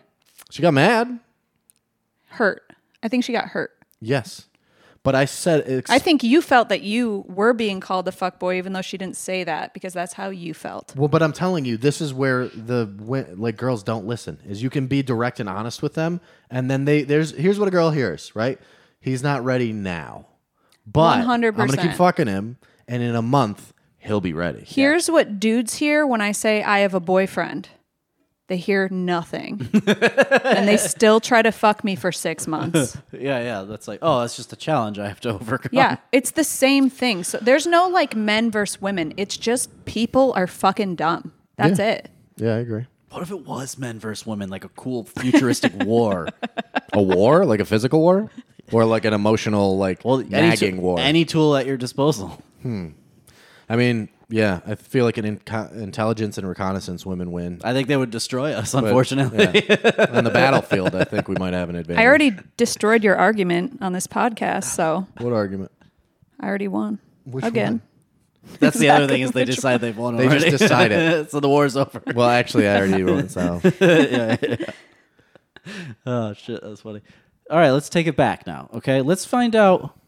Speaker 2: she got mad.
Speaker 3: Hurt. I think she got hurt.
Speaker 2: Yes, but I said, ex-
Speaker 3: I think you felt that you were being called a fuckboy, even though she didn't say that, because that's how you felt.
Speaker 2: Well, but I'm telling you, this is where the wi- like girls don't listen. Is you can be direct and honest with them, and then they there's here's what a girl hears, right? He's not ready now, but i am gonna keep
Speaker 3: 100%.
Speaker 2: fucking him, and in a month he'll be ready.
Speaker 3: Here's what dudes hear when I say I have a boyfriend. They hear
Speaker 2: (laughs)
Speaker 3: nothing. and they still try to fuck me for six
Speaker 2: (laughs) Oh.
Speaker 3: months.
Speaker 4: yeah, yeah. That's like, oh, that's just a challenge I have to (laughs) overcome.
Speaker 3: Yeah, it's the same thing. So there's no like men versus women. It's just people are fucking dumb. That's it.
Speaker 2: yeah, I agree.
Speaker 4: What if it was men versus women, like a cool
Speaker 2: (laughs)
Speaker 4: futuristic war?
Speaker 2: A war, like a physical war, or like an emotional, like
Speaker 4: Well, any,
Speaker 2: nagging
Speaker 4: tool-
Speaker 2: war.
Speaker 4: any tool at your disposal.
Speaker 2: I mean, yeah, I feel like in inco- intelligence and reconnaissance, women win
Speaker 4: I think they would destroy us, unfortunately.
Speaker 2: on the battlefield. I think we might have an advantage.
Speaker 3: I already destroyed your argument on this podcast, so
Speaker 2: what argument?
Speaker 3: I already won.
Speaker 2: Which
Speaker 3: Again.
Speaker 2: one?
Speaker 4: (laughs) That's the other thing is they
Speaker 3: Exactly.
Speaker 4: decide they've won.
Speaker 2: They just
Speaker 4: already.
Speaker 2: decide it.
Speaker 4: (laughs) so the war's over.
Speaker 2: Well, actually, I already won.
Speaker 3: (laughs)
Speaker 2: So
Speaker 4: Oh shit, that's funny. All right, let's take it back now. Okay, let's find out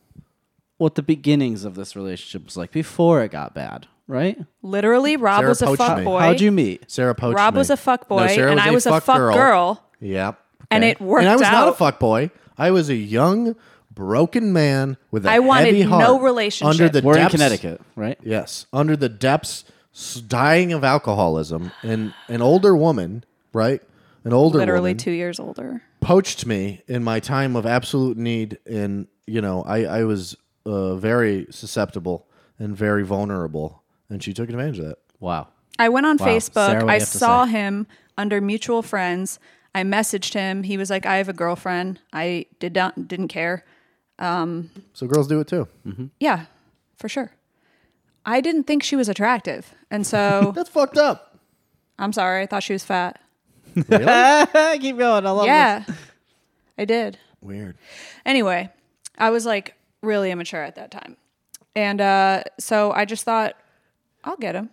Speaker 4: what the beginnings of this relationship was like before it got bad. Right?
Speaker 3: Literally, Rob
Speaker 2: Sarah
Speaker 3: was a
Speaker 2: poached me.
Speaker 3: fuckboy.
Speaker 4: How'd you meet?
Speaker 2: Sarah poached
Speaker 3: Rob
Speaker 2: me.
Speaker 3: was a
Speaker 2: No,
Speaker 3: fuckboy,
Speaker 2: Sarah
Speaker 3: and I was a fuck girl.
Speaker 2: Yep.
Speaker 3: And it worked
Speaker 2: And I was not a
Speaker 3: out.
Speaker 2: fuck boy. I was a young, broken man with a
Speaker 3: I wanted
Speaker 2: heavy heart
Speaker 3: no relationship.
Speaker 2: Under the
Speaker 4: We're
Speaker 2: depths-
Speaker 4: in Connecticut, right?
Speaker 2: Yes, under the depths, s- dying of alcoholism, and an older woman, right? An older
Speaker 3: Literally
Speaker 2: woman
Speaker 3: two years older.
Speaker 2: poached me in my time of absolute need, and you know, I I was uh, very susceptible and very vulnerable, and she took advantage of that.
Speaker 4: Wow.
Speaker 3: I went on
Speaker 4: Wow, Sarah,
Speaker 3: Facebook.
Speaker 4: what do you
Speaker 3: I
Speaker 4: have to
Speaker 3: saw
Speaker 4: say?
Speaker 3: him under mutual friends. I messaged him. He was like, "I have a girlfriend." I did not didn't care.
Speaker 2: So girls do it too.
Speaker 3: Yeah, for sure. I didn't think she was attractive, and
Speaker 4: (laughs)
Speaker 3: so
Speaker 2: That's fucked up.
Speaker 3: I'm sorry. I thought she was fat.
Speaker 4: (laughs) Keep going. I love
Speaker 3: Yeah, I did.
Speaker 2: Weird.
Speaker 3: Anyway, I was like really immature at that time, and uh, so I just thought, I'll get
Speaker 4: (laughs)
Speaker 3: him.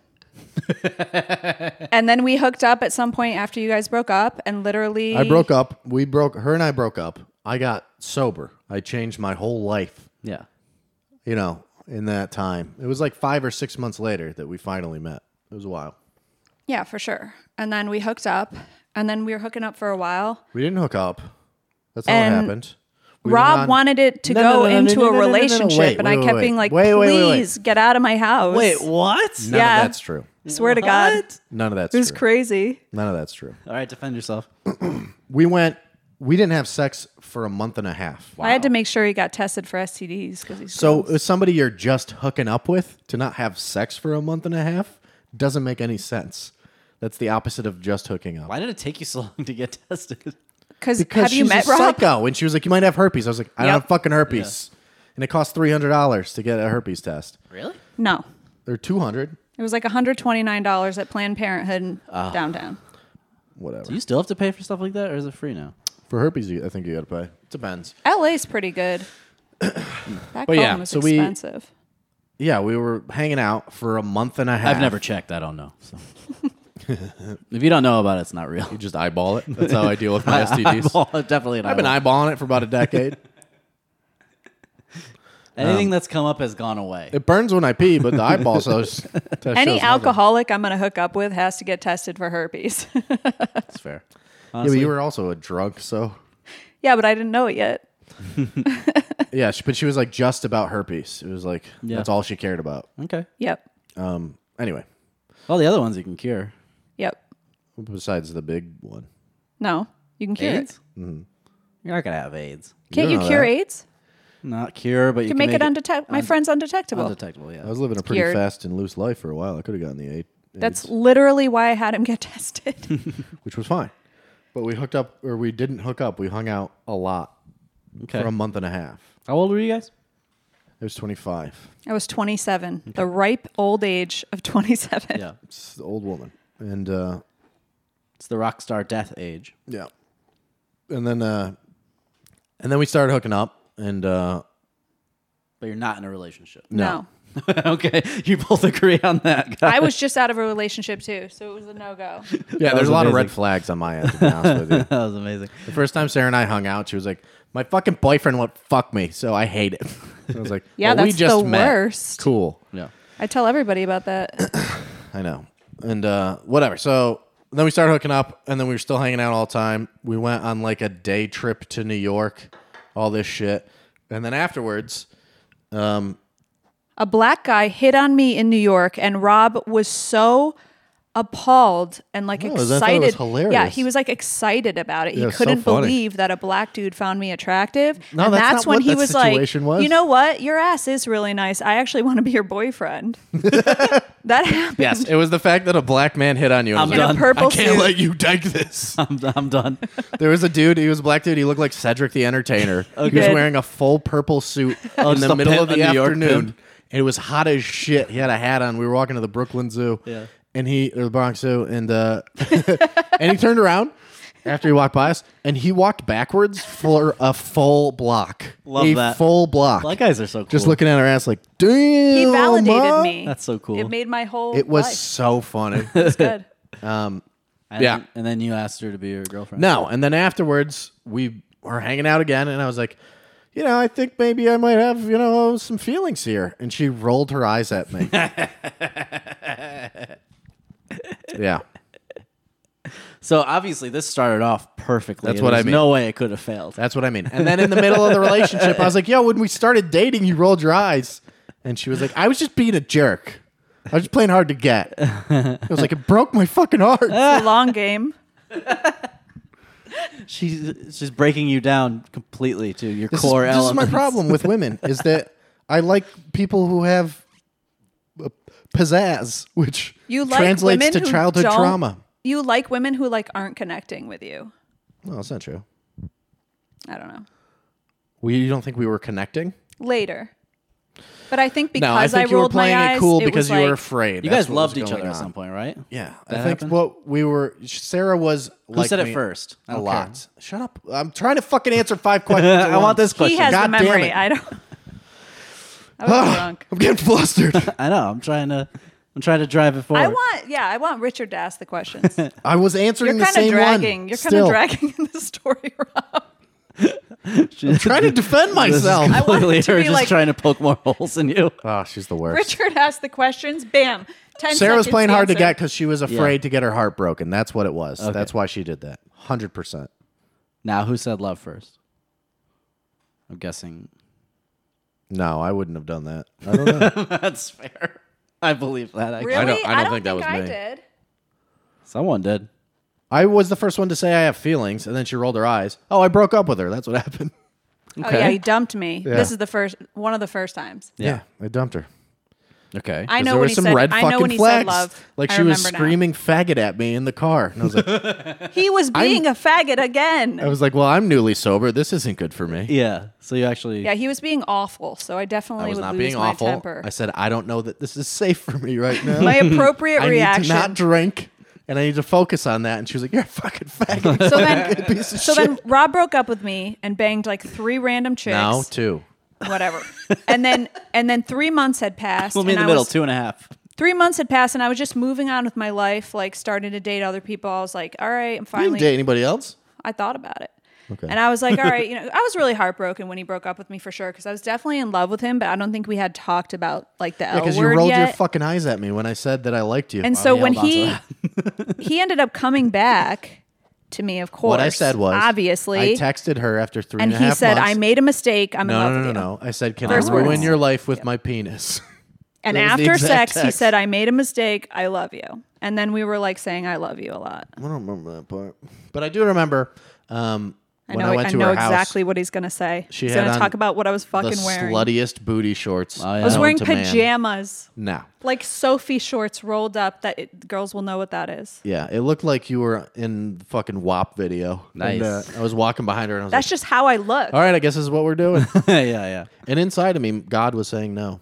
Speaker 3: and then we hooked up at some point after you guys broke up, and literally,
Speaker 2: I broke up. We broke. Her and I broke up. I got sober. I changed my whole life.
Speaker 4: this. Yeah.
Speaker 2: You know, in that time, it was like five or six months later that we finally met. It was a while.
Speaker 3: Yeah, for sure. And then we hooked up, and then we were hooking up for a while.
Speaker 2: We didn't hook up. That's not
Speaker 3: And
Speaker 2: what happened. We
Speaker 3: Rob
Speaker 2: went on-
Speaker 3: wanted it to
Speaker 2: No,
Speaker 3: go
Speaker 2: no, no, no,
Speaker 3: into
Speaker 2: no, no,
Speaker 3: a
Speaker 2: no, no, no, no.
Speaker 3: relationship,
Speaker 2: Wait,
Speaker 3: and
Speaker 2: wait,
Speaker 3: I
Speaker 2: wait,
Speaker 3: kept
Speaker 2: wait.
Speaker 3: being like,
Speaker 2: Wait, wait, wait, wait.
Speaker 3: "Please get out of my house."
Speaker 4: what?
Speaker 2: None
Speaker 3: yeah.
Speaker 2: of that's true.
Speaker 3: Swear to God,
Speaker 4: What?
Speaker 2: None of that's
Speaker 3: it was
Speaker 2: true.
Speaker 3: crazy.
Speaker 2: None of that's true.
Speaker 4: All right, defend yourself.
Speaker 2: We went. We didn't have sex for a month and a half.
Speaker 3: I had to make sure he got tested for STDs because he's
Speaker 2: So uh, if somebody you're just hooking up with to not have sex for a month and a half doesn't make any sense. That's the opposite of just hooking up.
Speaker 4: Why did it take you so (laughs) long to get tested?
Speaker 3: because
Speaker 2: Because
Speaker 3: have you
Speaker 2: she's
Speaker 3: met
Speaker 2: a
Speaker 3: Rob?
Speaker 2: psycho, and she was like, "You might have herpes." I was like, "I don't
Speaker 3: Yep.
Speaker 2: have fucking herpes," and it costs three hundred dollars to get a herpes test,
Speaker 4: Really?
Speaker 3: No,
Speaker 2: or two hundred,
Speaker 3: it was like one hundred twenty nine dollars at Planned Parenthood in
Speaker 2: Ah.
Speaker 3: downtown.
Speaker 2: whatever.
Speaker 4: Do you still have to pay for stuff like that, or is it free now?
Speaker 2: For herpes, you, I think you got to pay. Depends.
Speaker 3: LA's pretty good.
Speaker 2: (coughs)
Speaker 3: That column
Speaker 2: yeah,
Speaker 3: was
Speaker 2: so we-
Speaker 3: expensive.
Speaker 2: Yeah, we were hanging out for a month and a half.
Speaker 4: I've never checked. I don't know. So. (laughs) if you don't know about it, it's not real. (laughs)
Speaker 2: You just eyeball it. That's how I deal (laughs) with my STDs.
Speaker 4: Definitely not.
Speaker 2: I've been eyeballing it for about a decade. Um,
Speaker 4: Anything that's come up has gone away.
Speaker 2: it burns when I pee, but the eyeball (laughs) shows. that shows
Speaker 3: Any
Speaker 2: nothing.
Speaker 3: alcoholic I'm going to hook up with has to get tested for herpes. (laughs)
Speaker 4: That's fair.
Speaker 2: Yeah, but
Speaker 4: Honestly,
Speaker 2: you were also a drunk, so
Speaker 3: yeah, but I didn't know it yet.
Speaker 2: yeah. She, but she was like just about herpes. It was like
Speaker 4: Yeah.
Speaker 2: that's all she cared about.
Speaker 4: okay.
Speaker 3: Yep.
Speaker 2: Anyway,
Speaker 4: All the other ones you can cure.
Speaker 3: Yep.
Speaker 2: besides the big one,
Speaker 3: No, you can cure it.
Speaker 4: AIDS?
Speaker 2: Mm-hmm.
Speaker 4: You're not gonna have AIDS.
Speaker 3: Can't
Speaker 2: You
Speaker 3: you
Speaker 2: know
Speaker 3: cure
Speaker 2: that.
Speaker 3: AIDS?
Speaker 4: Not cure, but you,
Speaker 3: You can make, it
Speaker 4: undetectable.
Speaker 3: undetectable. My friend's undetectable.
Speaker 4: undetectable.
Speaker 2: I
Speaker 4: Yeah.
Speaker 2: was living a pretty
Speaker 3: Cured.
Speaker 2: fast and loose life for a while. I could have gotten the eight,
Speaker 3: That's literally why I had him get (laughs) tested.
Speaker 2: which was fine. But we hooked up, or we didn't hook up. We hung out a lot
Speaker 4: Okay.
Speaker 2: for a month and a half.
Speaker 4: How old were you guys?
Speaker 2: It was twenty five.
Speaker 3: I was 27, the ripe old age of 27.
Speaker 4: Yeah.
Speaker 2: It's the old woman, and uh,
Speaker 4: It's the rock star death age.
Speaker 2: Yeah. And then uh and then we started hooking up and uh
Speaker 4: But you're not in a relationship. (laughs)
Speaker 3: No.
Speaker 4: okay. You both agree on
Speaker 3: (laughs)
Speaker 4: that. guys.
Speaker 3: I was just out of a relationship too, so it was a no (laughs) go.
Speaker 2: yeah,
Speaker 4: was
Speaker 2: there's a lot of red
Speaker 4: amazing.
Speaker 2: flags on my end to be honest with you.
Speaker 4: (laughs) that was amazing.
Speaker 2: The first time Sarah and I hung out, she was like, "My fucking boyfriend would fuck me, so I hate it." (laughs) I was like,
Speaker 3: Yeah,
Speaker 2: "Well, we
Speaker 3: that's
Speaker 2: just
Speaker 3: the
Speaker 2: met.
Speaker 3: worst.
Speaker 2: Cool.
Speaker 4: Yeah.
Speaker 3: I tell everybody about that.
Speaker 2: I know. And uh whatever. So then we started hooking up and then we were still hanging out all the time. We went on like a day trip to New York, all this shit. And then afterwards,
Speaker 3: A black guy hit on me in New York, and Rob was so appalled and like
Speaker 2: No, Oh, I
Speaker 3: excited.
Speaker 2: thought it was hilarious.
Speaker 3: Yeah, he was like excited about it. He
Speaker 2: Yeah, it's so
Speaker 3: couldn't
Speaker 2: funny.
Speaker 3: believe that a black dude found me attractive.
Speaker 2: No,
Speaker 3: and
Speaker 2: that's
Speaker 3: that's
Speaker 2: not
Speaker 3: when
Speaker 2: what
Speaker 3: he
Speaker 2: that
Speaker 3: was
Speaker 2: situation
Speaker 3: like,
Speaker 2: was.
Speaker 3: "You know what? Your ass is really nice. I actually want to be your boyfriend." (laughs) that happened.
Speaker 2: yes, it was the fact that a black man hit on you. and I
Speaker 4: I'm
Speaker 2: was
Speaker 3: In
Speaker 2: like,
Speaker 3: a
Speaker 4: done.
Speaker 3: purple
Speaker 2: I can't
Speaker 3: suit.
Speaker 2: let you take this.
Speaker 4: I'm, I'm done.
Speaker 2: There was a dude. He was a black dude. He looked like Cedric the
Speaker 4: (laughs)
Speaker 2: Entertainer. He was
Speaker 3: Good.
Speaker 2: wearing a full purple suit in
Speaker 4: just
Speaker 2: the
Speaker 4: a
Speaker 2: middle
Speaker 4: pimp,
Speaker 2: of
Speaker 4: a
Speaker 2: the
Speaker 4: New York
Speaker 2: afternoon.
Speaker 4: pimp.
Speaker 2: It was hot as shit. He had a hat on. We were walking to the Brooklyn Zoo.
Speaker 4: Yeah.
Speaker 2: And he or the Bronx Zoo, and uh, (laughs) and he turned around after he walked by us, and he walked backwards for a full block.
Speaker 4: Love
Speaker 2: a
Speaker 4: that.
Speaker 2: Full block.
Speaker 4: Black guys are so cool.
Speaker 2: Just looking at our ass like, damn.
Speaker 3: he validated
Speaker 2: ma."
Speaker 3: me.
Speaker 4: That's so cool.
Speaker 3: It made my whole
Speaker 2: It was
Speaker 3: life.
Speaker 2: so funny.
Speaker 3: It was good.
Speaker 4: And,
Speaker 2: Yeah.
Speaker 4: And then you asked her to be your girlfriend.
Speaker 2: No, and then afterwards we were hanging out again, and I was like, you know, I think maybe I might have you know some feelings here, and she rolled her eyes at me. yeah,
Speaker 4: So obviously this started off perfectly.
Speaker 2: That's
Speaker 4: and
Speaker 2: what I
Speaker 4: there's
Speaker 2: mean.
Speaker 4: No way it could have failed.
Speaker 2: that's what I mean. And then in the middle of the relationship, I was like, yo, when we started dating, you rolled your eyes, and she was like, I was just being a jerk. I was just playing hard to get. I was like, it broke my fucking heart.
Speaker 3: It's a long game.
Speaker 4: she's she's breaking you down completely to your
Speaker 2: This is-
Speaker 4: core
Speaker 2: this is my
Speaker 4: elements.
Speaker 2: problem with women is that I like people who have uh, pizzazz, which
Speaker 3: You like
Speaker 2: translates
Speaker 3: women
Speaker 2: to
Speaker 3: who
Speaker 2: childhood
Speaker 3: don't-
Speaker 2: trauma.
Speaker 3: You like women who like aren't connecting with you.
Speaker 2: No, that's not true.
Speaker 3: I don't know.
Speaker 2: We you don't think we were connecting?
Speaker 3: Later. But I think because
Speaker 2: no, I think you were
Speaker 3: rolled
Speaker 2: playing
Speaker 3: my eyes,
Speaker 2: it cool
Speaker 3: it was
Speaker 2: because you were
Speaker 3: like-
Speaker 2: afraid.
Speaker 4: You
Speaker 2: That's
Speaker 4: guys
Speaker 2: what was
Speaker 4: loved each
Speaker 2: going
Speaker 4: other at
Speaker 2: on.
Speaker 4: some point, right?
Speaker 2: Yeah, I
Speaker 4: That
Speaker 2: think
Speaker 4: happened?
Speaker 2: what we were. Sarah was.
Speaker 4: Who
Speaker 2: like
Speaker 4: said
Speaker 2: me
Speaker 4: it first? I
Speaker 2: A
Speaker 4: don't
Speaker 2: lot.
Speaker 4: care.
Speaker 2: Shut up! I'm trying to fucking answer five questions. at
Speaker 4: (laughs) I want
Speaker 2: once.
Speaker 4: this
Speaker 3: he
Speaker 4: question.
Speaker 3: has
Speaker 2: God
Speaker 3: the
Speaker 2: damn
Speaker 3: memory.
Speaker 2: it.
Speaker 3: I don't. (laughs) I
Speaker 2: (sighs)
Speaker 3: was drunk.
Speaker 2: (sighs) I'm
Speaker 3: (laughs)
Speaker 2: getting flustered.
Speaker 4: I know. I'm trying to. I'm trying to drive it forward.
Speaker 3: I
Speaker 4: (laughs)
Speaker 3: want, yeah, I want Richard to ask the
Speaker 2: (laughs)
Speaker 3: questions. You're
Speaker 2: I was answering the
Speaker 3: kind of
Speaker 2: same
Speaker 3: dragging.
Speaker 2: one.
Speaker 3: You're kind of
Speaker 2: Still,
Speaker 3: dragging (laughs) the story around.
Speaker 2: Trying to defend
Speaker 4: (laughs) This is
Speaker 2: myself.
Speaker 3: I want
Speaker 4: completely
Speaker 3: it to
Speaker 4: her
Speaker 3: be
Speaker 4: just
Speaker 3: like-
Speaker 4: trying to poke more (laughs) holes in you.
Speaker 2: oh, she's the worst.
Speaker 3: Richard asked the questions. Bam. Ten
Speaker 2: Sarah was
Speaker 3: seconds
Speaker 2: playing hard to
Speaker 3: answer.
Speaker 2: get because she was afraid to get her heart broken. That's what it was. That's why she did that. Hundred percent.
Speaker 4: Now, who said love first? I'm guessing
Speaker 2: No, I wouldn't have done that. I don't know.
Speaker 4: (laughs) that's fair. I believe that. I
Speaker 3: Really?
Speaker 2: I don't- I don't think that was
Speaker 3: I
Speaker 2: me.
Speaker 3: did.
Speaker 4: Someone did.
Speaker 2: I was the first one to say I have feelings, and then she rolled her eyes. Oh, I broke up with her. That's what (laughs) happened.
Speaker 3: Oh yeah,
Speaker 4: Okay.
Speaker 3: he dumped me.
Speaker 2: Yeah.
Speaker 3: This is the first one of the first times.
Speaker 4: Yeah.
Speaker 2: I dumped her.
Speaker 4: Okay.
Speaker 3: I
Speaker 2: 'Cause
Speaker 3: know
Speaker 2: there
Speaker 3: when
Speaker 2: was
Speaker 3: he
Speaker 2: some
Speaker 3: said.
Speaker 2: red
Speaker 3: I
Speaker 2: fucking
Speaker 3: know when he
Speaker 2: flags.
Speaker 3: said love.
Speaker 2: Like
Speaker 3: I
Speaker 2: she was
Speaker 3: remember now.
Speaker 2: screaming faggot at me in the car, and I was like, (laughs)
Speaker 3: He was being a faggot again.
Speaker 2: I was like, well, I'm newly sober. This isn't good for me.
Speaker 4: yeah. So you actually.
Speaker 3: yeah, he was being awful. So I definitely
Speaker 2: I was
Speaker 3: would
Speaker 2: not
Speaker 3: lose
Speaker 2: being
Speaker 3: my
Speaker 2: awful.
Speaker 3: temper.
Speaker 2: I said, I don't know that this is safe for me right
Speaker 3: (laughs)
Speaker 2: now.
Speaker 3: my appropriate
Speaker 2: (laughs) I
Speaker 3: reaction.
Speaker 2: need to not drink, and I need to focus on that. And she was like, "You're a fucking (laughs) faggot."
Speaker 3: so then,
Speaker 2: piece of
Speaker 3: so
Speaker 2: shit.
Speaker 3: then, Rob broke up with me and banged like three random chicks.
Speaker 2: now (laughs) too.
Speaker 3: whatever. and then, and then three months had passed.
Speaker 4: We'll be in
Speaker 3: and I
Speaker 4: the middle,
Speaker 3: was-
Speaker 4: two and a half.
Speaker 3: three months had passed, and I was just moving on with my life, like starting to date other people. I was like, all right, I'm
Speaker 2: You didn't
Speaker 3: finally.
Speaker 2: date anybody else?
Speaker 3: I thought about it.
Speaker 2: Okay.
Speaker 3: And I was like, all
Speaker 2: (laughs)
Speaker 3: right, you know, I was really heartbroken when he broke up with me for sure because I was definitely in love with him, but I don't think we had talked about like the L
Speaker 2: Because you
Speaker 3: word
Speaker 2: rolled
Speaker 3: yet.
Speaker 2: your fucking eyes at me when I said that I liked you.
Speaker 3: and so
Speaker 4: he
Speaker 3: when
Speaker 4: held on to
Speaker 3: he
Speaker 2: (laughs)
Speaker 3: he ended up coming back to me, of course.
Speaker 2: what I said was
Speaker 3: obviously,
Speaker 2: I texted her after three
Speaker 3: and
Speaker 2: and a half
Speaker 3: he said, "I
Speaker 2: months.
Speaker 3: made a mistake. I'm in
Speaker 2: No,
Speaker 3: love
Speaker 2: no,
Speaker 3: with
Speaker 2: no,
Speaker 3: you."
Speaker 2: no. I said, "Can
Speaker 3: First
Speaker 2: I ruin
Speaker 3: words.
Speaker 2: your life with my (laughs) penis?"
Speaker 3: And
Speaker 2: That was the
Speaker 3: after
Speaker 2: exact
Speaker 3: sex, he
Speaker 2: text.
Speaker 3: said, "I made a mistake. I love you." And then we were like saying, "I love you" a lot.
Speaker 2: I don't remember that part, but I do remember um,
Speaker 3: I
Speaker 2: when
Speaker 3: know.
Speaker 2: I
Speaker 3: I,
Speaker 2: went to
Speaker 3: know
Speaker 2: her
Speaker 3: exactly what he's gonna say.
Speaker 2: She
Speaker 3: he's
Speaker 2: had
Speaker 3: gonna
Speaker 2: on
Speaker 3: talk about what I was
Speaker 2: house, the
Speaker 3: fucking wearing.
Speaker 2: sluttiest booty shorts.
Speaker 4: Oh, yeah.
Speaker 3: I was
Speaker 4: down
Speaker 3: wearing
Speaker 2: known to man.
Speaker 3: pajamas,
Speaker 2: No,
Speaker 3: like Sophie shorts rolled up. That it, girls will know what that is.
Speaker 2: yeah, it looked like you were in the fucking WAP video. And,
Speaker 4: Nice.
Speaker 2: uh, I was walking behind her, and I was
Speaker 3: That's
Speaker 2: like,
Speaker 3: just how I look.
Speaker 2: "All right, I guess this is what we're doing."
Speaker 4: (laughs)
Speaker 2: (laughs)
Speaker 4: yeah, yeah.
Speaker 2: And inside of me, God was saying no.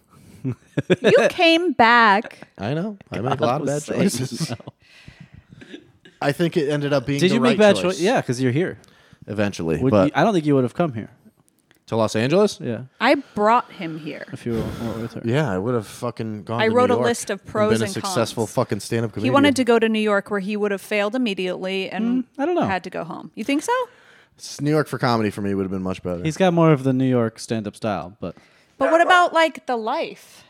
Speaker 3: You came back.
Speaker 2: I know. I make a lot of bad
Speaker 4: was saying
Speaker 2: choices. (laughs) I think it ended up being
Speaker 4: Did
Speaker 2: the
Speaker 4: you make
Speaker 2: right
Speaker 4: bad
Speaker 2: choice.
Speaker 4: choice? Yeah, because you're here.
Speaker 2: Eventually.
Speaker 4: Would
Speaker 2: but
Speaker 4: you- I don't think you would have come here.
Speaker 2: to Los Angeles?
Speaker 4: Yeah,
Speaker 3: I brought him here.
Speaker 4: if you were, were with her.
Speaker 2: Yeah, I would have fucking gone
Speaker 3: I
Speaker 2: to
Speaker 3: wrote
Speaker 2: New
Speaker 3: a
Speaker 2: York
Speaker 3: list of
Speaker 2: and
Speaker 3: pros
Speaker 2: been a
Speaker 3: and
Speaker 2: successful
Speaker 3: cons.
Speaker 2: fucking stand-up
Speaker 3: He
Speaker 2: comedian.
Speaker 3: wanted to go to New York, where he would have failed immediately and
Speaker 2: Mm,
Speaker 4: I don't know.
Speaker 3: had to go home. You think so?
Speaker 2: S- New York for comedy for me would have been much better.
Speaker 4: He's got more of the New York stand-up style, but
Speaker 3: But what about like the life?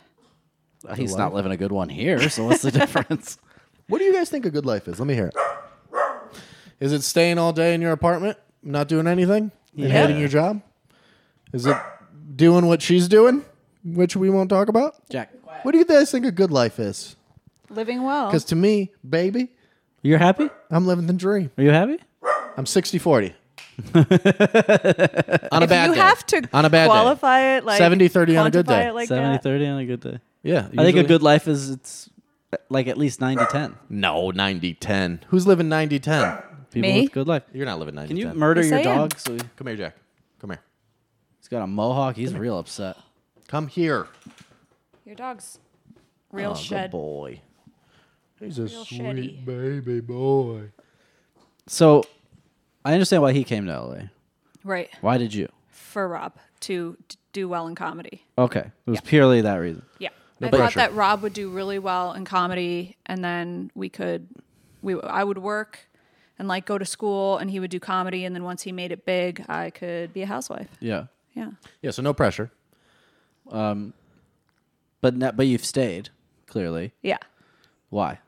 Speaker 4: he's not living a good one here. So (laughs) what's the difference?
Speaker 2: what do you guys think a good life is? Let me hear it. Is it staying all day in your apartment, not doing anything, and
Speaker 4: Yeah.
Speaker 2: hating your job? Is it doing what she's doing, which we won't talk about?
Speaker 4: Jack,
Speaker 2: What do you guys think a good life is?
Speaker 3: Living well.
Speaker 2: Because to me, baby,
Speaker 4: you're happy?
Speaker 2: I'm living the dream.
Speaker 4: Are you happy?
Speaker 2: I'm 60 (laughs) 40. on a bad
Speaker 3: you
Speaker 2: day.
Speaker 3: have to
Speaker 2: on a bad day.
Speaker 3: qualify it like
Speaker 2: 70-30 on a good
Speaker 3: quantify
Speaker 2: day.
Speaker 3: it like uh,
Speaker 4: 70,
Speaker 3: that.
Speaker 4: 30 on a good day.
Speaker 2: Yeah.
Speaker 4: I think a
Speaker 2: usually-
Speaker 4: good life is it's uh, like at least 90, 10.
Speaker 2: No, 90 10. Who's living 90 10?
Speaker 4: People
Speaker 3: Me?
Speaker 4: with good life.
Speaker 2: (clears throat) You're not living 90
Speaker 4: Can you
Speaker 2: 10.
Speaker 4: murder
Speaker 3: Just
Speaker 4: your
Speaker 3: saying.
Speaker 4: dog? So he-
Speaker 2: Come here, Jack. Come here.
Speaker 4: he's got a mohawk. He's real upset.
Speaker 2: Come here.
Speaker 3: Your dog's real
Speaker 2: Oh, good
Speaker 3: shed.
Speaker 2: boy. He's a
Speaker 3: Real
Speaker 2: sweet
Speaker 3: shitty.
Speaker 2: baby boy.
Speaker 4: So I understand why he came to LA.
Speaker 3: Right.
Speaker 4: Why did you?
Speaker 3: For Rob to d- do well in comedy.
Speaker 4: Okay, it was purely that reason.
Speaker 3: Yeah.
Speaker 2: No
Speaker 3: I thought
Speaker 2: pressure.
Speaker 3: that Rob would do really well in comedy and then we could we I would work and like go to school and he would do comedy and then once he made it big, I could be a housewife.
Speaker 4: Yeah,
Speaker 3: Yeah.
Speaker 2: Yeah, so no pressure.
Speaker 4: but ne- but you've stayed clearly.
Speaker 3: Yeah.
Speaker 4: Why?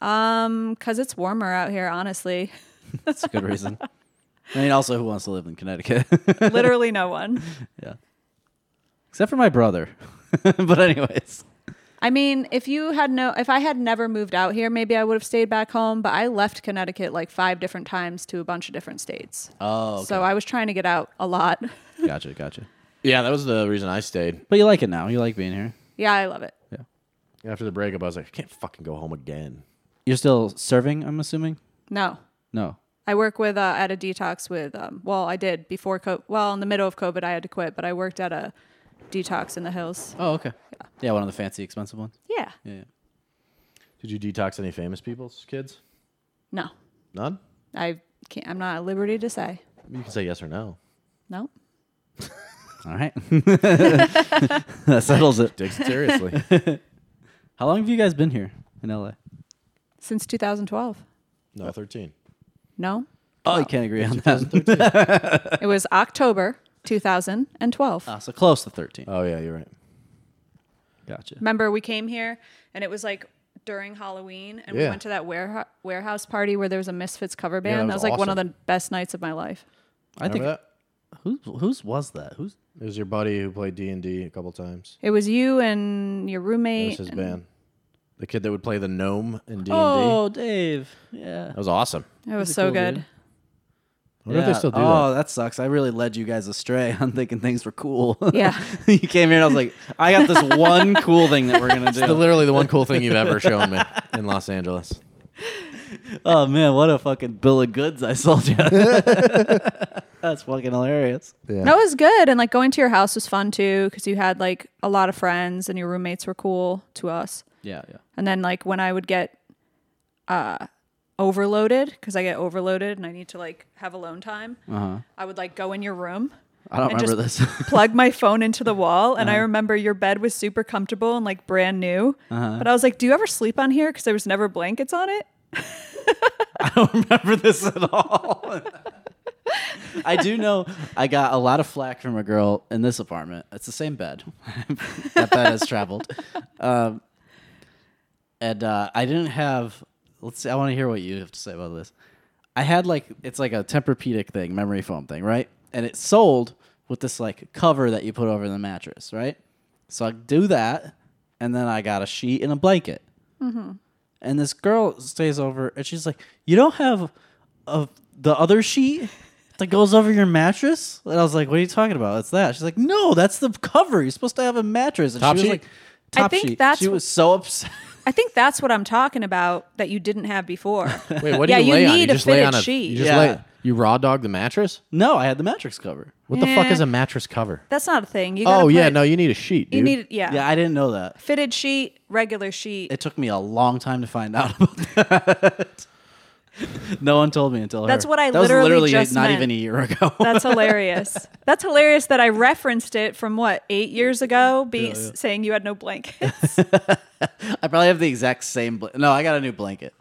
Speaker 3: Um, cuz it's warmer out here, honestly. (laughs)
Speaker 4: That's (laughs) a good reason. I mean, also, who wants to live in Connecticut? (laughs)
Speaker 3: Literally no one.
Speaker 4: Except for my brother. (laughs) but anyways,
Speaker 3: I mean, if you had no, if I had never moved out here, maybe I would have stayed back home. But I left Connecticut like five different times to a bunch of different states.
Speaker 4: Oh, okay.
Speaker 3: so I was trying to get out a lot. (laughs)
Speaker 4: gotcha, gotcha.
Speaker 2: Yeah, that was the reason I stayed.
Speaker 4: But you like it now. You like being here.
Speaker 3: yeah, I love it.
Speaker 2: After the breakup, I was like, I can't fucking go home again.
Speaker 4: You're still serving, I'm assuming?
Speaker 3: No.
Speaker 4: No.
Speaker 3: I work with uh, at a detox with um, well I did before co- well in the middle of COVID I had to quit but I worked at a detox in the hills
Speaker 4: Oh, okay. Yeah, one of the fancy, expensive ones.
Speaker 3: yeah
Speaker 4: Yeah. yeah.
Speaker 2: Did you detox any famous people's kids?
Speaker 3: no
Speaker 2: None.
Speaker 3: I can't I'm not at liberty to say
Speaker 2: You can say yes or no.
Speaker 3: no
Speaker 4: All right. (laughs) that settles (laughs) it.
Speaker 2: Takes it seriously.
Speaker 4: How long have you guys been here in LA?
Speaker 3: since 2012
Speaker 2: (laughs) no, thirteen.
Speaker 3: no
Speaker 4: Oh, you can't agree on that.
Speaker 3: it was October 2012
Speaker 4: Ah, so close to 13.
Speaker 2: Oh yeah, you're right.
Speaker 4: Gotcha.
Speaker 3: remember we came here and it was like during Halloween and we
Speaker 2: Yeah.
Speaker 3: went to that wareho- warehouse party where there was a Misfits cover band that
Speaker 2: was
Speaker 3: was, like one of the
Speaker 2: awesome.
Speaker 3: best nights of my life
Speaker 4: I think
Speaker 2: Remember
Speaker 4: whose whose was that? Who's
Speaker 2: that? It was your buddy who played D and D a couple times.
Speaker 3: it was you and your
Speaker 2: That
Speaker 3: roommate
Speaker 2: was his
Speaker 3: and-
Speaker 2: band. The kid that would play the gnome in D and D.
Speaker 4: Oh, Dave. Yeah.
Speaker 2: That was awesome.
Speaker 3: it was
Speaker 4: a
Speaker 3: so
Speaker 4: cool
Speaker 3: good
Speaker 4: dude.
Speaker 2: I wonder if they still do
Speaker 4: oh,
Speaker 2: that.
Speaker 4: sucks. I really led you guys astray (laughs) on thinking things were cool.
Speaker 3: Yeah.
Speaker 4: (laughs) you came here and I was like, I got this one cool thing that we're gonna do.
Speaker 2: Literally the one cool thing you've ever
Speaker 3: (laughs)
Speaker 2: shown me in Los Angeles.
Speaker 4: (laughs) oh man, what a fucking bill of goods I sold you. (laughs) That's fucking hilarious.
Speaker 2: Yeah.
Speaker 3: No, it was good. And like going to your house was fun too because you had like a lot of friends and your roommates were cool to us.
Speaker 4: Yeah, yeah.
Speaker 3: And then like when I would get uh, overloaded because I get overloaded and I need to like have alone time,
Speaker 2: Uh-huh.
Speaker 3: I would like go in your room.
Speaker 4: I don't
Speaker 3: And
Speaker 4: remember
Speaker 3: just-
Speaker 4: this. (laughs)
Speaker 3: Plug my phone into the wall, and I
Speaker 2: Uh-huh.
Speaker 3: remember your bed was super comfortable and like brand new.
Speaker 2: Uh-huh.
Speaker 3: But I was like, "Do you ever sleep on here?" Because there was never blankets on it.
Speaker 4: (laughs) I don't remember this at all. I do know I got a lot of flack from a girl in this apartment. It's the same bed. (laughs) that bed has traveled. Um, and uh, I didn't have. Let's see. I want to hear what you have to say about this. I had like it's like a Tempur-Pedic thing, memory foam thing, right? And it sold with this like cover that you put over the mattress, right? So I do that, and then I got a sheet and a blanket
Speaker 3: Mm-hmm.
Speaker 4: and this girl stays over and she's like you don't have a, the other sheet that goes over your mattress and i was like what are you talking about it's that she's like no that's the cover you're supposed to have a mattress and
Speaker 2: Top
Speaker 4: she was
Speaker 2: sheet?
Speaker 4: like
Speaker 3: I
Speaker 4: top
Speaker 3: think
Speaker 4: sheet
Speaker 3: that's
Speaker 4: she
Speaker 3: wh-
Speaker 4: was so upset
Speaker 3: I think that's what I'm talking about that you didn't have before.
Speaker 2: (laughs) Wait, what do
Speaker 3: Yeah,
Speaker 2: you
Speaker 3: you
Speaker 2: lay on?
Speaker 3: need
Speaker 2: you
Speaker 3: a
Speaker 2: just lay
Speaker 3: fitted
Speaker 2: on a
Speaker 3: sheet.
Speaker 2: You just
Speaker 4: Yeah.
Speaker 2: lay. You raw dog the mattress.
Speaker 4: no i had the mattress cover
Speaker 2: What the fuck
Speaker 3: Yeah.
Speaker 2: is a mattress cover?
Speaker 3: That's not a thing. You gotta
Speaker 2: Oh yeah,
Speaker 3: put-
Speaker 2: no, you need a sheet.
Speaker 3: You
Speaker 2: dude.
Speaker 3: need yeah.
Speaker 4: yeah i didn't know that
Speaker 3: Fitted sheet, regular sheet.
Speaker 4: it took me a long time to find (laughs) out about that no one told me until
Speaker 3: That's
Speaker 4: her.
Speaker 3: what I
Speaker 4: that
Speaker 3: literally
Speaker 4: was literally
Speaker 3: just
Speaker 4: not
Speaker 3: meant.
Speaker 4: even a
Speaker 3: (laughs)
Speaker 4: year ago
Speaker 2: (laughs)
Speaker 3: That's hilarious. That's hilarious that I referenced it from what eight years ago, being
Speaker 4: Yeah, yeah.
Speaker 3: saying you had no
Speaker 2: (laughs)
Speaker 3: blankets.
Speaker 4: i probably have the exact same bl- no i got a new blanket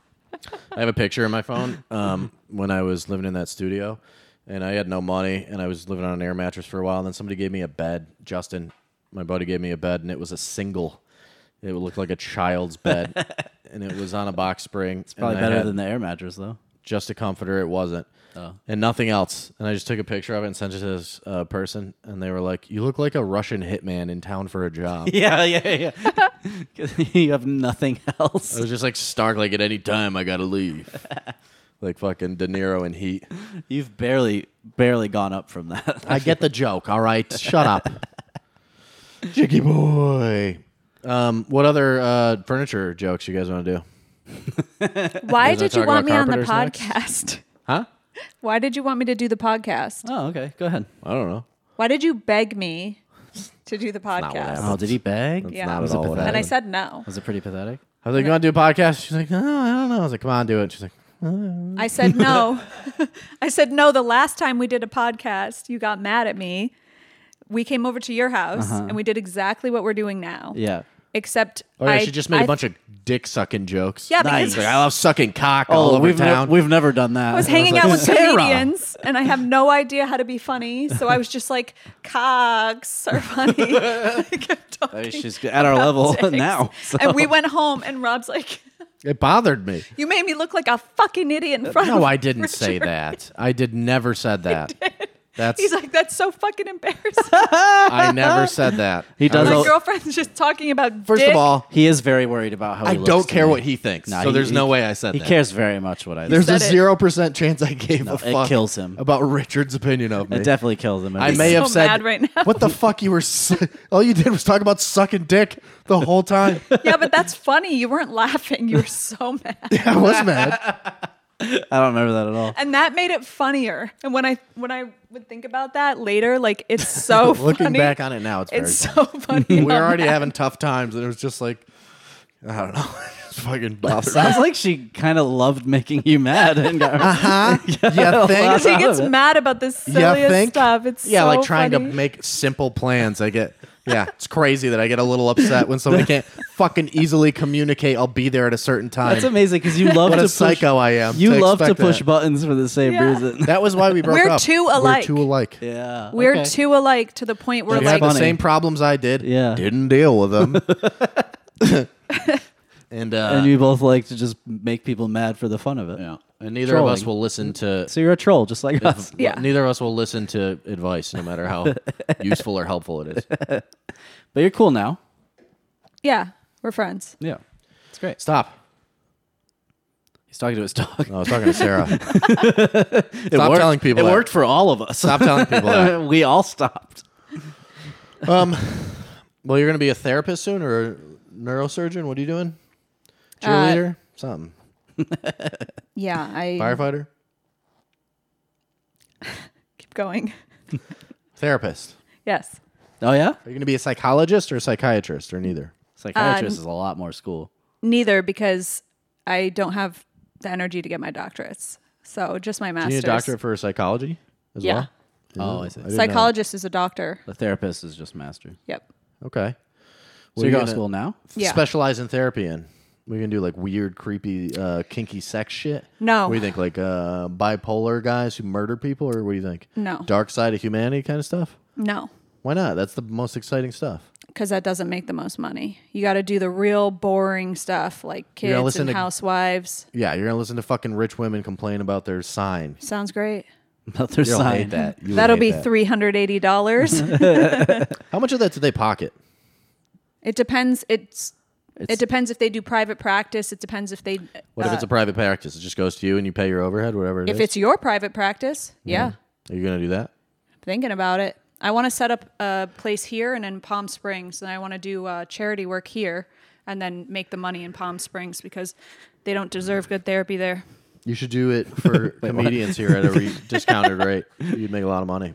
Speaker 2: I have a picture in my phone
Speaker 4: (laughs)
Speaker 2: um, when I was living in that studio, and I had no money, and I was living on an air mattress for a while, and then somebody gave me a bed. Justin, my buddy, gave me a bed, and it was a single. It looked like a child's
Speaker 4: (laughs)
Speaker 2: bed, and it was on a box spring. It's
Speaker 4: probably better than Oh. the air mattress though
Speaker 2: just a comforter. It wasn't. And nothing else. And I just took a picture of it and sent it to this uh, person, and they were like, "You look like a Russian hitman in town for a
Speaker 4: (laughs)
Speaker 2: job."
Speaker 4: (laughs) Yeah, yeah, yeah. (laughs) 'Cause you have nothing
Speaker 2: I
Speaker 4: else.
Speaker 2: was just like stark, like at any time I gotta
Speaker 4: (laughs)
Speaker 2: leave, like fucking De Niro in Heat.
Speaker 4: You've barely, barely gone up from that. (laughs)
Speaker 2: I get the joke. All right, shut up, (laughs) Jiggy boy. Um, what other uh, furniture jokes you guys want to do?
Speaker 3: Why
Speaker 2: Guys, I
Speaker 3: did you
Speaker 2: talk
Speaker 3: want
Speaker 2: about
Speaker 3: me on the
Speaker 2: carpenters
Speaker 3: podcast? (laughs)
Speaker 2: Huh?
Speaker 3: Why did you want me to do the podcast?
Speaker 4: oh, okay. Go ahead.
Speaker 2: I don't know.
Speaker 3: Why did you beg me to do the
Speaker 2: not what
Speaker 3: podcast?
Speaker 2: happened.
Speaker 4: Oh, did he beg?
Speaker 3: Yeah.
Speaker 2: Not
Speaker 3: Was
Speaker 2: at
Speaker 4: it
Speaker 2: all. What
Speaker 4: pathetic?
Speaker 3: And I
Speaker 2: happened.
Speaker 3: said no.
Speaker 4: Was it pretty pathetic?
Speaker 2: I was like, "You want to do a podcast?" She's like, "No, I don't know." I was like, "Come on, do it." She's like, Mm.
Speaker 3: I said
Speaker 2: (laughs)
Speaker 3: no. (laughs) I said no. The last time we did a podcast, you got mad at me. We came over to your house
Speaker 2: Uh-huh.
Speaker 3: and we did exactly what we're doing now.
Speaker 4: Yeah.
Speaker 3: Except
Speaker 2: "Oh yeah,
Speaker 3: I-
Speaker 2: she just made a
Speaker 3: I-
Speaker 2: bunch of dick sucking jokes."
Speaker 3: Yeah, because
Speaker 4: Nice.
Speaker 2: She's like, I love sucking cock all over
Speaker 4: Oh, we've ne-
Speaker 2: town.
Speaker 4: we've never done
Speaker 3: I
Speaker 2: (laughs)
Speaker 4: that.
Speaker 3: was hanging out with comedians and I have no idea how to be funny. So I was just like, cogs are funny. (laughs) I
Speaker 2: (laughs)
Speaker 3: kept talking
Speaker 4: (laughs) she's at our
Speaker 3: about (laughs)
Speaker 4: level
Speaker 3: dicks.
Speaker 4: (laughs) now, so.
Speaker 3: And we went home and Rob's like,
Speaker 2: it bothered
Speaker 3: (laughs)
Speaker 2: me.
Speaker 3: you made me look like a fucking idiot in front of
Speaker 2: No, I didn't say
Speaker 3: Richard."
Speaker 2: that. I did never said that. That's
Speaker 3: He's like, that's so fucking embarrassing.
Speaker 2: I
Speaker 3: (laughs)
Speaker 2: never said that.
Speaker 4: He does
Speaker 2: I
Speaker 3: My
Speaker 4: all-
Speaker 2: was-
Speaker 3: girlfriend's just talking about.
Speaker 2: First
Speaker 3: dick.
Speaker 2: of all,
Speaker 4: He is very worried about how he
Speaker 2: I
Speaker 4: looks
Speaker 2: don't
Speaker 4: to
Speaker 2: care
Speaker 4: me.
Speaker 2: what he thinks.
Speaker 4: Nah,
Speaker 2: so
Speaker 4: he-
Speaker 2: there's no
Speaker 4: he-
Speaker 2: way I said
Speaker 4: He
Speaker 2: that.
Speaker 4: cares very much what I.
Speaker 2: There's
Speaker 4: think.
Speaker 2: a
Speaker 3: said it.
Speaker 2: zero percent chance I gave a
Speaker 4: it
Speaker 2: fuck.
Speaker 4: kills him.
Speaker 2: about Richard's opinion of me.
Speaker 4: it definitely kills him.
Speaker 2: I
Speaker 4: He's
Speaker 2: may
Speaker 3: so
Speaker 2: have said
Speaker 3: mad right now.
Speaker 2: what the fuck you were. s (laughs) all you did was talk about sucking dick the whole (laughs) time.
Speaker 3: (laughs) yeah, but that's funny. You weren't laughing. You were so (laughs) mad,
Speaker 2: I was mad.
Speaker 4: I don't remember that at all.
Speaker 3: and that made it funnier. And when I when I would think about that later, like
Speaker 2: (laughs)
Speaker 3: it's so
Speaker 2: (laughs) Looking
Speaker 3: funny.
Speaker 2: back on it now, it's,
Speaker 3: it's
Speaker 2: very.
Speaker 3: so funny.
Speaker 2: funny. we
Speaker 3: how
Speaker 2: (laughs) were already
Speaker 3: mad-
Speaker 2: having tough times, and it was just like, I don't know, (laughs) it's fucking bothered. me.
Speaker 4: Sounds like she kind of loved making you mad and got
Speaker 2: Huh? (laughs) yeah,
Speaker 4: lot.
Speaker 2: thanks.
Speaker 3: She
Speaker 4: out
Speaker 3: gets
Speaker 4: of it.
Speaker 3: mad about this
Speaker 2: Yeah,
Speaker 3: silliest
Speaker 2: think?
Speaker 3: stuff. It's
Speaker 2: yeah,
Speaker 3: so
Speaker 2: like trying
Speaker 3: funny.
Speaker 2: to make simple plans. I get. Yeah, it's crazy that I get a little upset when (laughs) somebody can't fucking easily communicate. I'll be there at a certain time.
Speaker 4: That's amazing because you
Speaker 2: (laughs)
Speaker 4: love
Speaker 2: What
Speaker 4: to
Speaker 2: a
Speaker 4: push,
Speaker 2: psycho I am
Speaker 4: You
Speaker 2: to
Speaker 4: love to
Speaker 2: expect
Speaker 4: push
Speaker 2: that.
Speaker 4: buttons for the same
Speaker 3: Yeah.
Speaker 4: reason. (laughs)
Speaker 2: That was why we broke
Speaker 3: We're
Speaker 2: up.
Speaker 3: too alike.
Speaker 2: We're too alike.
Speaker 4: yeah,
Speaker 3: We're
Speaker 4: okay.
Speaker 3: too alike to the point where
Speaker 2: You
Speaker 4: That's
Speaker 2: had
Speaker 3: like
Speaker 2: the
Speaker 4: funny.
Speaker 2: same problems I did.
Speaker 4: Yeah.
Speaker 2: Didn't deal with them. (laughs) and uh,
Speaker 4: And
Speaker 2: and,
Speaker 4: you both like to just make people mad for the fun of it. Yeah.
Speaker 2: neither
Speaker 4: Trolling.
Speaker 2: of (laughs) us will listen to.
Speaker 4: So you're a troll, just like us.
Speaker 3: Yeah.
Speaker 2: Neither of us will listen to advice, no matter (laughs) how useful or helpful it is.
Speaker 4: But you're cool now.
Speaker 3: yeah, we're friends.
Speaker 4: Yeah. It's great.
Speaker 2: Stop.
Speaker 4: He's talking to his dog.
Speaker 2: No, I was talking to (laughs) Sarah.
Speaker 4: It
Speaker 2: Stop
Speaker 4: worked.
Speaker 2: telling people.
Speaker 4: It
Speaker 2: that.
Speaker 4: worked for all of (laughs) us.
Speaker 2: Stop telling people that.
Speaker 4: we all stopped.
Speaker 2: Um, well, you're going to be a therapist soon or a neurosurgeon. What are you doing? Cheerleader? Something.
Speaker 3: Uh, Yeah, I
Speaker 2: Firefighter?
Speaker 3: keep going. (laughs)
Speaker 2: Therapist.
Speaker 3: Yes.
Speaker 4: Oh yeah.
Speaker 2: Are you going to be a psychologist or a psychiatrist or neither?
Speaker 3: Um,
Speaker 4: Psychiatrist is a lot more school.
Speaker 3: Neither because I don't have the energy to get my doctorates. So just my
Speaker 2: Do
Speaker 3: master's.
Speaker 2: you need a doctorate for psychology as
Speaker 3: Yeah.
Speaker 2: well?
Speaker 4: Oh, I see.
Speaker 2: didn't know that.
Speaker 3: Psychologist is a doctor.
Speaker 4: The therapist is just master.
Speaker 3: Yep.
Speaker 2: Okay.
Speaker 4: So
Speaker 2: What are
Speaker 4: you're
Speaker 2: you
Speaker 4: going
Speaker 2: gonna-
Speaker 4: to school now?
Speaker 3: Yeah.
Speaker 2: specialize in therapy in? We can do like weird, creepy, uh, kinky sex shit.
Speaker 3: No.
Speaker 2: What do you think? Like uh, bipolar guys who murder people, or what do you think?
Speaker 3: No.
Speaker 2: Dark side of humanity kind of stuff.
Speaker 3: No,
Speaker 2: Why not? That's the most exciting stuff.
Speaker 3: because that doesn't make the most money. You got to do the real boring stuff like
Speaker 2: You're gonna
Speaker 3: kids
Speaker 2: listen
Speaker 3: and
Speaker 2: to-
Speaker 3: housewives.
Speaker 2: Yeah, you're gonna listen to fucking rich women complain about their sign.
Speaker 3: Sounds great.
Speaker 4: (laughs) Another
Speaker 2: You'll
Speaker 4: sign.
Speaker 2: hate that. You would
Speaker 3: That'll
Speaker 2: hate
Speaker 3: be
Speaker 2: that.
Speaker 3: three hundred eighty
Speaker 2: (laughs)
Speaker 3: dollars.
Speaker 2: How much of that did they pocket?
Speaker 3: it depends. It's,
Speaker 4: It's-
Speaker 3: it depends if they do private practice. It depends if they
Speaker 2: What if
Speaker 3: uh,
Speaker 2: it's a private practice? It just goes to you and you pay your overhead, whatever it
Speaker 3: if
Speaker 2: is?
Speaker 3: it's your private practice. Yeah,
Speaker 2: Are you gonna do that?
Speaker 3: thinking about it. I want to set up a place here and in Palm Springs, and I want to do uh, charity work here, and then make the money in Palm Springs because they don't deserve good therapy there.
Speaker 2: You should do it (laughs) for comedians here at a (laughs) re- discounted rate. You'd make a lot of money.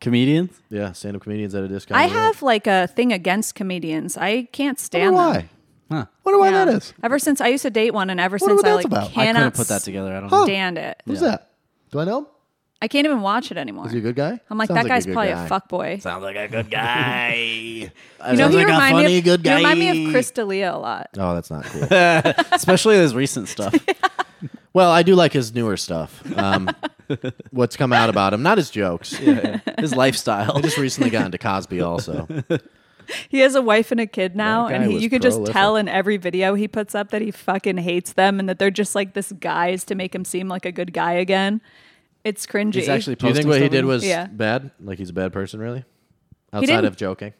Speaker 4: Comedians.
Speaker 2: Yeah, stand up comedians at a discount.
Speaker 3: I have like a thing against comedians. I can't stand them.
Speaker 2: why.
Speaker 4: Huh.
Speaker 2: Wonder why
Speaker 3: Yeah.
Speaker 2: that is.
Speaker 3: Ever since I used to date one, and ever
Speaker 2: Wonder
Speaker 3: since
Speaker 2: what
Speaker 3: I like
Speaker 2: that's about. I Oh. couldn't
Speaker 4: I couldn't
Speaker 3: cannot
Speaker 4: put that together. I don't
Speaker 2: Huh.
Speaker 4: know.
Speaker 3: stand it.
Speaker 2: Who's that? Do I know him?
Speaker 3: I can't even watch it anymore.
Speaker 2: Is he a good guy?
Speaker 3: I'm like
Speaker 2: Sounds
Speaker 3: that guy's
Speaker 2: good
Speaker 3: probably
Speaker 2: guy.
Speaker 3: a fuckboy.
Speaker 4: Sounds like a (laughs) good guy.
Speaker 3: You know,
Speaker 4: Sounds
Speaker 3: he
Speaker 4: like a
Speaker 3: remind me
Speaker 4: funny
Speaker 3: of,
Speaker 4: good
Speaker 3: he remind me
Speaker 4: guy.
Speaker 3: of Chris D'Elia a lot.
Speaker 2: Oh, that's not cool.
Speaker 4: Especially his
Speaker 3: (laughs)
Speaker 4: recent stuff.
Speaker 2: (laughs) well, I do like his newer stuff. Um, what's come out about him? Not his jokes.
Speaker 4: His lifestyle.
Speaker 2: I just recently got into
Speaker 3: (laughs)
Speaker 2: Cosby. Also,
Speaker 3: He has a wife and a kid now,
Speaker 2: That
Speaker 3: and
Speaker 2: guy
Speaker 3: he,
Speaker 2: was
Speaker 3: you could just
Speaker 2: prolific.
Speaker 3: tell in every video he puts up that he fucking hates them and that they're just like this guise to make him seem like a good guy again. It's cringy.
Speaker 4: He's actually
Speaker 2: do you think
Speaker 4: posting
Speaker 2: what he
Speaker 4: stuff
Speaker 2: did
Speaker 4: on-
Speaker 2: was
Speaker 3: Yeah.
Speaker 2: bad? Like he's a bad person, really? Outside
Speaker 3: didn't-
Speaker 2: of joking,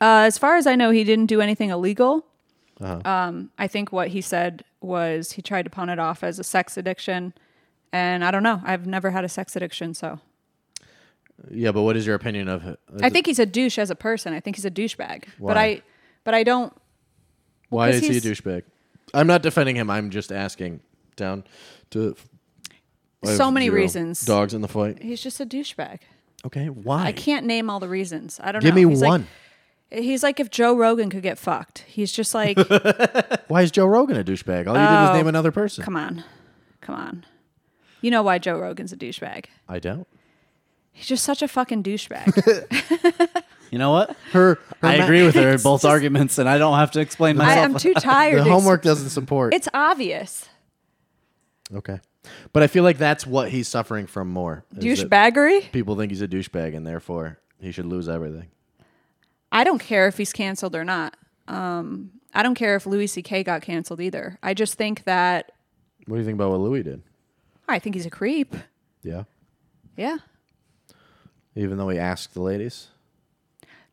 Speaker 3: uh, as far as I know, he didn't do anything illegal.
Speaker 2: Uh-huh.
Speaker 3: Um, I think what he said was he tried to pawn it off as a sex addiction, and I don't know. I've never had a sex addiction, so
Speaker 2: yeah. But what is your opinion of? it?
Speaker 3: I think he's a douche as a person. I think he's a douchebag. But
Speaker 2: Why?
Speaker 3: I, but I don't.
Speaker 2: Why is
Speaker 3: because
Speaker 2: he a
Speaker 3: he's-
Speaker 2: douchebag? I'm not defending him. I'm just asking down to I have
Speaker 3: So many
Speaker 2: zero
Speaker 3: reasons.
Speaker 2: Dogs in the fight.
Speaker 3: He's just a douchebag.
Speaker 2: Okay, why?
Speaker 3: I can't name all the reasons. I don't
Speaker 2: Give
Speaker 3: know.
Speaker 2: me
Speaker 3: He's like-
Speaker 2: one.
Speaker 3: He's like if Joe Rogan could get fucked. He's just
Speaker 2: (laughs)
Speaker 3: like,
Speaker 2: why is Joe Rogan a douchebag? All you did was
Speaker 3: Oh,
Speaker 2: name another person.
Speaker 3: come on, come on. You know why Joe Rogan's a douchebag?
Speaker 2: I don't.
Speaker 3: He's just such a fucking
Speaker 2: (laughs)
Speaker 3: douchebag.
Speaker 4: You know what?
Speaker 2: Her, her
Speaker 4: I
Speaker 2: ma-
Speaker 4: agree with her in both arguments, and I don't have to explain
Speaker 3: I,
Speaker 4: myself.
Speaker 3: I'm too tired.
Speaker 2: The
Speaker 3: to ex-
Speaker 2: homework doesn't support.
Speaker 3: It's obvious.
Speaker 2: okay, but I feel like that's what he's suffering from more. is that
Speaker 3: Douchebaggery.
Speaker 2: People think he's a douchebag, and therefore he should lose everything.
Speaker 3: I don't care if he's canceled or not. Um, I don't care if Louis C.K. got canceled either. I just think that
Speaker 2: What do you think about what Louis did?
Speaker 3: I think he's a creep.
Speaker 2: Yeah,
Speaker 3: Yeah.
Speaker 2: Even though he asked the ladies.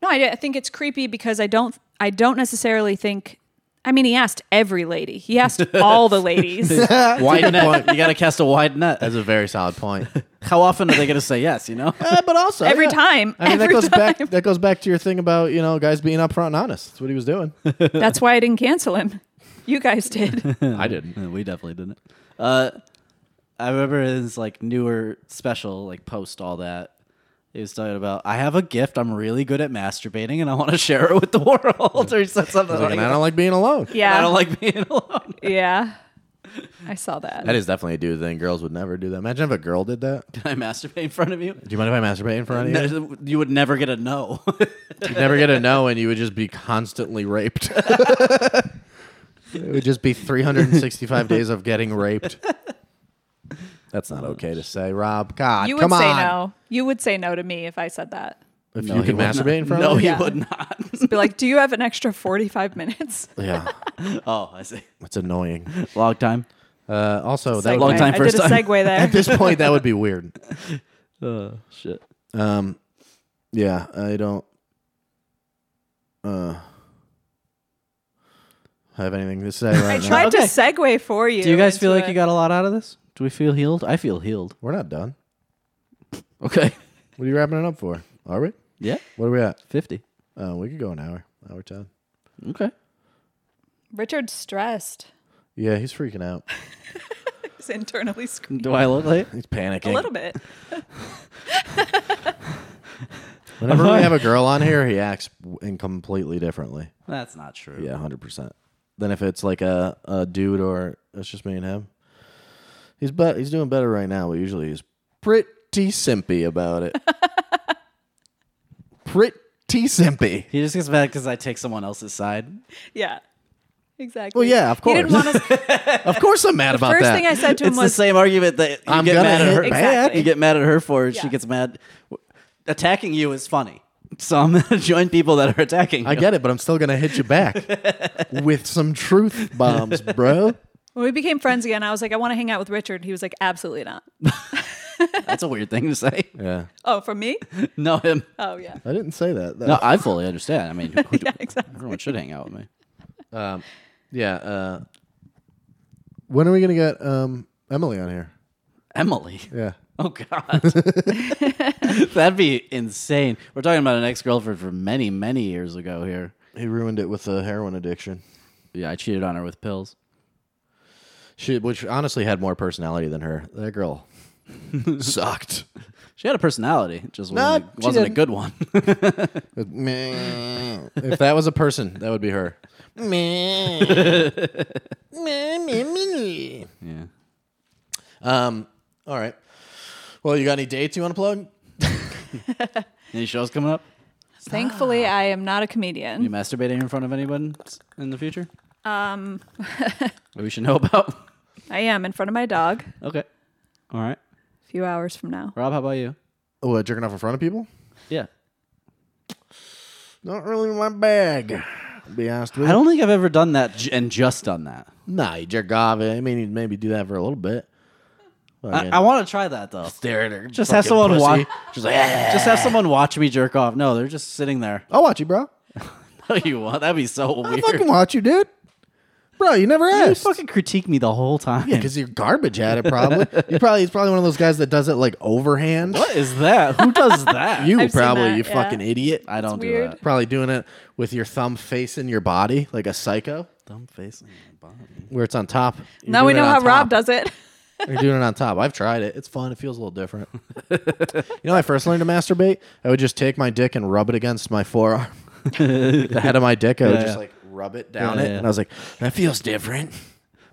Speaker 3: No, I, I think it's creepy because I don't I don't necessarily think. I mean, he asked every lady. He
Speaker 2: (laughs)
Speaker 3: asked all the ladies.
Speaker 2: Oh,
Speaker 4: Wide net. You got to cast a wide net.
Speaker 2: That's a very solid (laughs) point.
Speaker 4: How often are they going to say yes? You know.
Speaker 2: Uh, Eh, but also
Speaker 3: Every time.
Speaker 2: I mean, that
Speaker 3: Every
Speaker 2: goes
Speaker 3: time.
Speaker 2: back. That goes back to your thing about you know guys being upfront and honest. That's what he was doing.
Speaker 3: That's why I didn't cancel him. You guys did.
Speaker 2: (laughs) I didn't.
Speaker 4: Uh, (laughs) we definitely didn't. Uh, I remember his like newer special, like post all that. He was talking about, I have a gift. I'm really good at masturbating, and I want to share it with the (laughs) world. or he said something
Speaker 2: And
Speaker 4: like,
Speaker 2: I
Speaker 4: that.
Speaker 2: don't like being alone.
Speaker 3: Yeah.
Speaker 4: I don't like being (laughs) alone.
Speaker 3: yeah. I saw that.
Speaker 2: That is definitely a dude thing. Girls would never do that. Imagine if a girl did that. (laughs) Do
Speaker 4: Can I masturbate in front of you?
Speaker 2: you mind if I masturbate in front of you?
Speaker 4: No, you would never get a no.
Speaker 2: (laughs)
Speaker 4: (laughs)
Speaker 2: You'd never get a no, and you would just be constantly raped. (laughs) it would just be 365 days of getting raped. That's not okay to say, Rob. God,
Speaker 3: you would
Speaker 2: come
Speaker 3: say
Speaker 2: on.
Speaker 3: no. You would say no to me if I said that.
Speaker 2: If
Speaker 4: No,
Speaker 2: you
Speaker 4: he
Speaker 2: could
Speaker 4: would not.
Speaker 2: masturbate in front
Speaker 4: no,
Speaker 2: of
Speaker 4: he
Speaker 2: you,
Speaker 3: Yeah.
Speaker 4: would not. (laughs)
Speaker 3: Just be like, do you have an extra 45 minutes?
Speaker 2: (laughs) yeah,
Speaker 4: oh, I see.
Speaker 2: it's (laughs) annoying.
Speaker 4: Long time.
Speaker 2: Uh, also, that
Speaker 3: Segue.
Speaker 2: would,
Speaker 4: Long time,
Speaker 3: I
Speaker 4: first
Speaker 3: did a
Speaker 4: time. (laughs)
Speaker 3: segue
Speaker 2: (laughs) at
Speaker 3: there.
Speaker 2: this point that would be weird.
Speaker 4: Oh shit.
Speaker 2: Um, yeah, I don't uh have anything to say
Speaker 3: (laughs) I
Speaker 2: right now.
Speaker 3: tried
Speaker 4: Okay.
Speaker 3: to segue for you.
Speaker 4: Do you guys feel
Speaker 3: into
Speaker 4: like
Speaker 3: it.
Speaker 4: you got a lot out of this? Do we feel healed? I feel healed.
Speaker 2: We're not done.
Speaker 4: (laughs) Okay.
Speaker 2: What are you wrapping it up for? Are we?
Speaker 4: Yeah.
Speaker 2: What are we at?
Speaker 4: Fifty.
Speaker 2: Uh, we could go an hour, hour ten.
Speaker 4: Okay.
Speaker 3: Richard's stressed. (laughs)
Speaker 2: Yeah, he's freaking out.
Speaker 3: He's internally screaming.
Speaker 4: Do I look like?
Speaker 2: He's panicking.
Speaker 3: A little bit.
Speaker 2: Whenever we have a girl on here, he acts w- in completely differently.
Speaker 4: That's not true.
Speaker 2: Yeah, hundred percent. Then if it's like a, a dude or it's just me and him, he's but he's doing better right now. But usually he's pretty simpy about it. (laughs) pretty simpy.
Speaker 4: He just gets mad because I take someone else's side.
Speaker 3: Yeah. Exactly.
Speaker 2: Well, yeah, of
Speaker 3: He didn't
Speaker 2: course.
Speaker 3: want us.
Speaker 4: (laughs)
Speaker 3: First
Speaker 2: Of course, I'm mad about that.
Speaker 3: thing I said to him
Speaker 4: It's the
Speaker 3: was,
Speaker 4: same argument that you
Speaker 2: I'm
Speaker 4: get
Speaker 2: gonna
Speaker 4: mad at
Speaker 2: hit
Speaker 4: her.
Speaker 2: back.
Speaker 4: You get mad at her for it. She
Speaker 3: Yeah.
Speaker 4: gets mad. Attacking you is funny, so I'm gonna (laughs) join people that are attacking. You.
Speaker 2: I get it, but I'm still gonna hit
Speaker 3: (laughs)
Speaker 2: you back with some truth bombs, bro.
Speaker 3: when we became friends again, I was like, I want to hang out with Richard. He was like, absolutely not.
Speaker 4: That's a weird thing to say.
Speaker 2: Yeah,
Speaker 3: Oh, from me?
Speaker 4: (laughs) No, him.
Speaker 3: Oh, yeah.
Speaker 2: I didn't say that. though.
Speaker 4: No, I fully understand.
Speaker 3: (laughs)
Speaker 4: I mean, who,
Speaker 3: Yeah, exactly.
Speaker 4: everyone should hang out with me.
Speaker 2: Um, yeah. Uh, when are we gonna get um, Emily on here?
Speaker 4: Emily.
Speaker 2: Yeah.
Speaker 4: Oh (laughs) God, that'd be insane. We're talking about an ex-girlfriend from many, many years ago here.
Speaker 2: He ruined it with a heroin addiction.
Speaker 4: Yeah, I cheated on her with pills.
Speaker 2: She, which honestly had more personality than her. That (laughs) girl sucked.
Speaker 4: She had a personality, just wasn't,
Speaker 2: she
Speaker 4: wasn't a
Speaker 2: didn't.
Speaker 4: good one.
Speaker 2: Meh. if that was a person, that would be her. Meh. Meh, meh, meh.
Speaker 4: yeah.
Speaker 2: um. All right. Well, you got any dates you want to plug?
Speaker 4: (laughs) Any shows coming up?
Speaker 3: Thankfully, I am not a
Speaker 4: You
Speaker 3: comedian.
Speaker 4: masturbating in front of anyone s- in the future?
Speaker 3: Um,
Speaker 4: That we should know (laughs) about.
Speaker 3: I am in front of my dog
Speaker 4: okay. All right.
Speaker 3: a few hours from now.
Speaker 4: Rob, how about you?
Speaker 2: Oh, uh, jerking off in front of people?
Speaker 4: Yeah.
Speaker 2: Not really my bag. I'll be honest with
Speaker 4: I
Speaker 2: you.
Speaker 4: don't think I've ever done that j- and just done that.
Speaker 2: Nah, you jerk off. I mean, you'd maybe do that for a little bit.
Speaker 4: I, I want to try that though.
Speaker 2: stare at her.
Speaker 4: Just have someone watch.
Speaker 2: Just like, "Ah."
Speaker 4: Just have someone watch me jerk off. No, they're just sitting there. (laughs)
Speaker 2: I'll watch you, bro.
Speaker 4: No, you won't. That'd be so
Speaker 2: I
Speaker 4: weird.
Speaker 2: fucking watch you, dude. Bro, you never
Speaker 4: You
Speaker 2: asked.
Speaker 4: fucking critique me the whole time.
Speaker 2: Because you're garbage at it, (laughs) probably. you probably he's probably one of those guys that does it like overhand.
Speaker 4: (laughs) what is that? Who (laughs) does that?
Speaker 2: You
Speaker 3: I've seen
Speaker 2: probably,
Speaker 3: that,
Speaker 2: you
Speaker 3: yeah.
Speaker 2: fucking idiot.
Speaker 4: I don't do
Speaker 3: weird.
Speaker 4: that.
Speaker 2: Probably doing it with your thumb facing your body like a psycho,
Speaker 4: Dumb face. on my body.
Speaker 2: where it's on top. You're
Speaker 3: now we
Speaker 2: doing
Speaker 3: know
Speaker 2: it
Speaker 3: how
Speaker 2: on
Speaker 3: Rob
Speaker 2: top.
Speaker 3: does it.
Speaker 2: You're doing it on top. I've tried it. It's fun. It feels a little different. (laughs) you know, I first learned to masturbate. I would just take my dick and rub it against my forearm, (laughs) the head of my dick. I would
Speaker 4: Yeah,
Speaker 2: just
Speaker 4: yeah.
Speaker 2: like rub it down
Speaker 4: Yeah,
Speaker 2: it,
Speaker 4: yeah.
Speaker 2: and I was like, that feels different.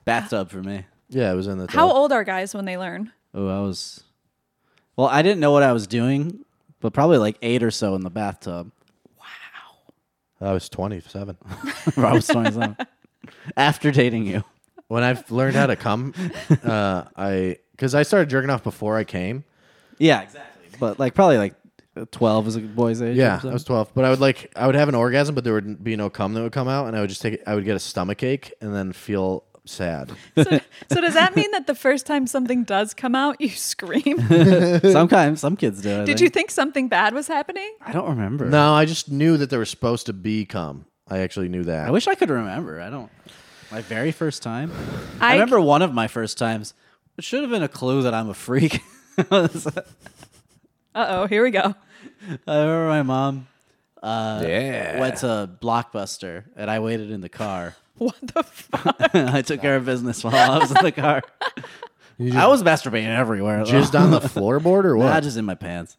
Speaker 4: Bathtub for me.
Speaker 2: Yeah, it was in the.
Speaker 3: How
Speaker 2: tub.
Speaker 3: old are guys when they learn?
Speaker 4: Oh, I was. Well, I didn't know what I was doing, but probably like eight or so in the bathtub.
Speaker 2: I was 27.
Speaker 4: I was 27. (laughs) After dating you.
Speaker 2: when I've learned how to
Speaker 4: (laughs)
Speaker 2: come, uh, I because I started jerking off before I came.
Speaker 4: Yeah, exactly. But like probably like 12 is a boy's age. or
Speaker 2: Yeah, I
Speaker 4: something. (laughs)
Speaker 2: was 12, but I would like I would have an orgasm, but there would be no cum that would come out, and I would just take I would get a stomach ache and then feel sad.
Speaker 3: So, so does that mean that the first time something does come out, you scream?
Speaker 4: Sometimes some kids do. I
Speaker 3: Did
Speaker 4: think.
Speaker 3: you think something bad was happening?
Speaker 4: I don't remember.
Speaker 2: No, I just knew that there was supposed to be cum. I actually knew that.
Speaker 4: I wish I could remember. I don't. My very first time. I,
Speaker 3: I
Speaker 4: remember one of my first times. It should have been a clue that I'm a freak. (laughs) I
Speaker 3: Uh oh, here we go. (laughs)
Speaker 4: remember my mom uh,
Speaker 2: yeah.
Speaker 4: went to Blockbuster, and I waited in the car. (laughs)
Speaker 3: What the fuck?
Speaker 4: I took care of business while I was in the car. I was masturbating everywhere. though.
Speaker 2: Jizzed on the floorboard or (laughs)
Speaker 4: (laughs) Nah,
Speaker 2: what?
Speaker 4: just in my pants.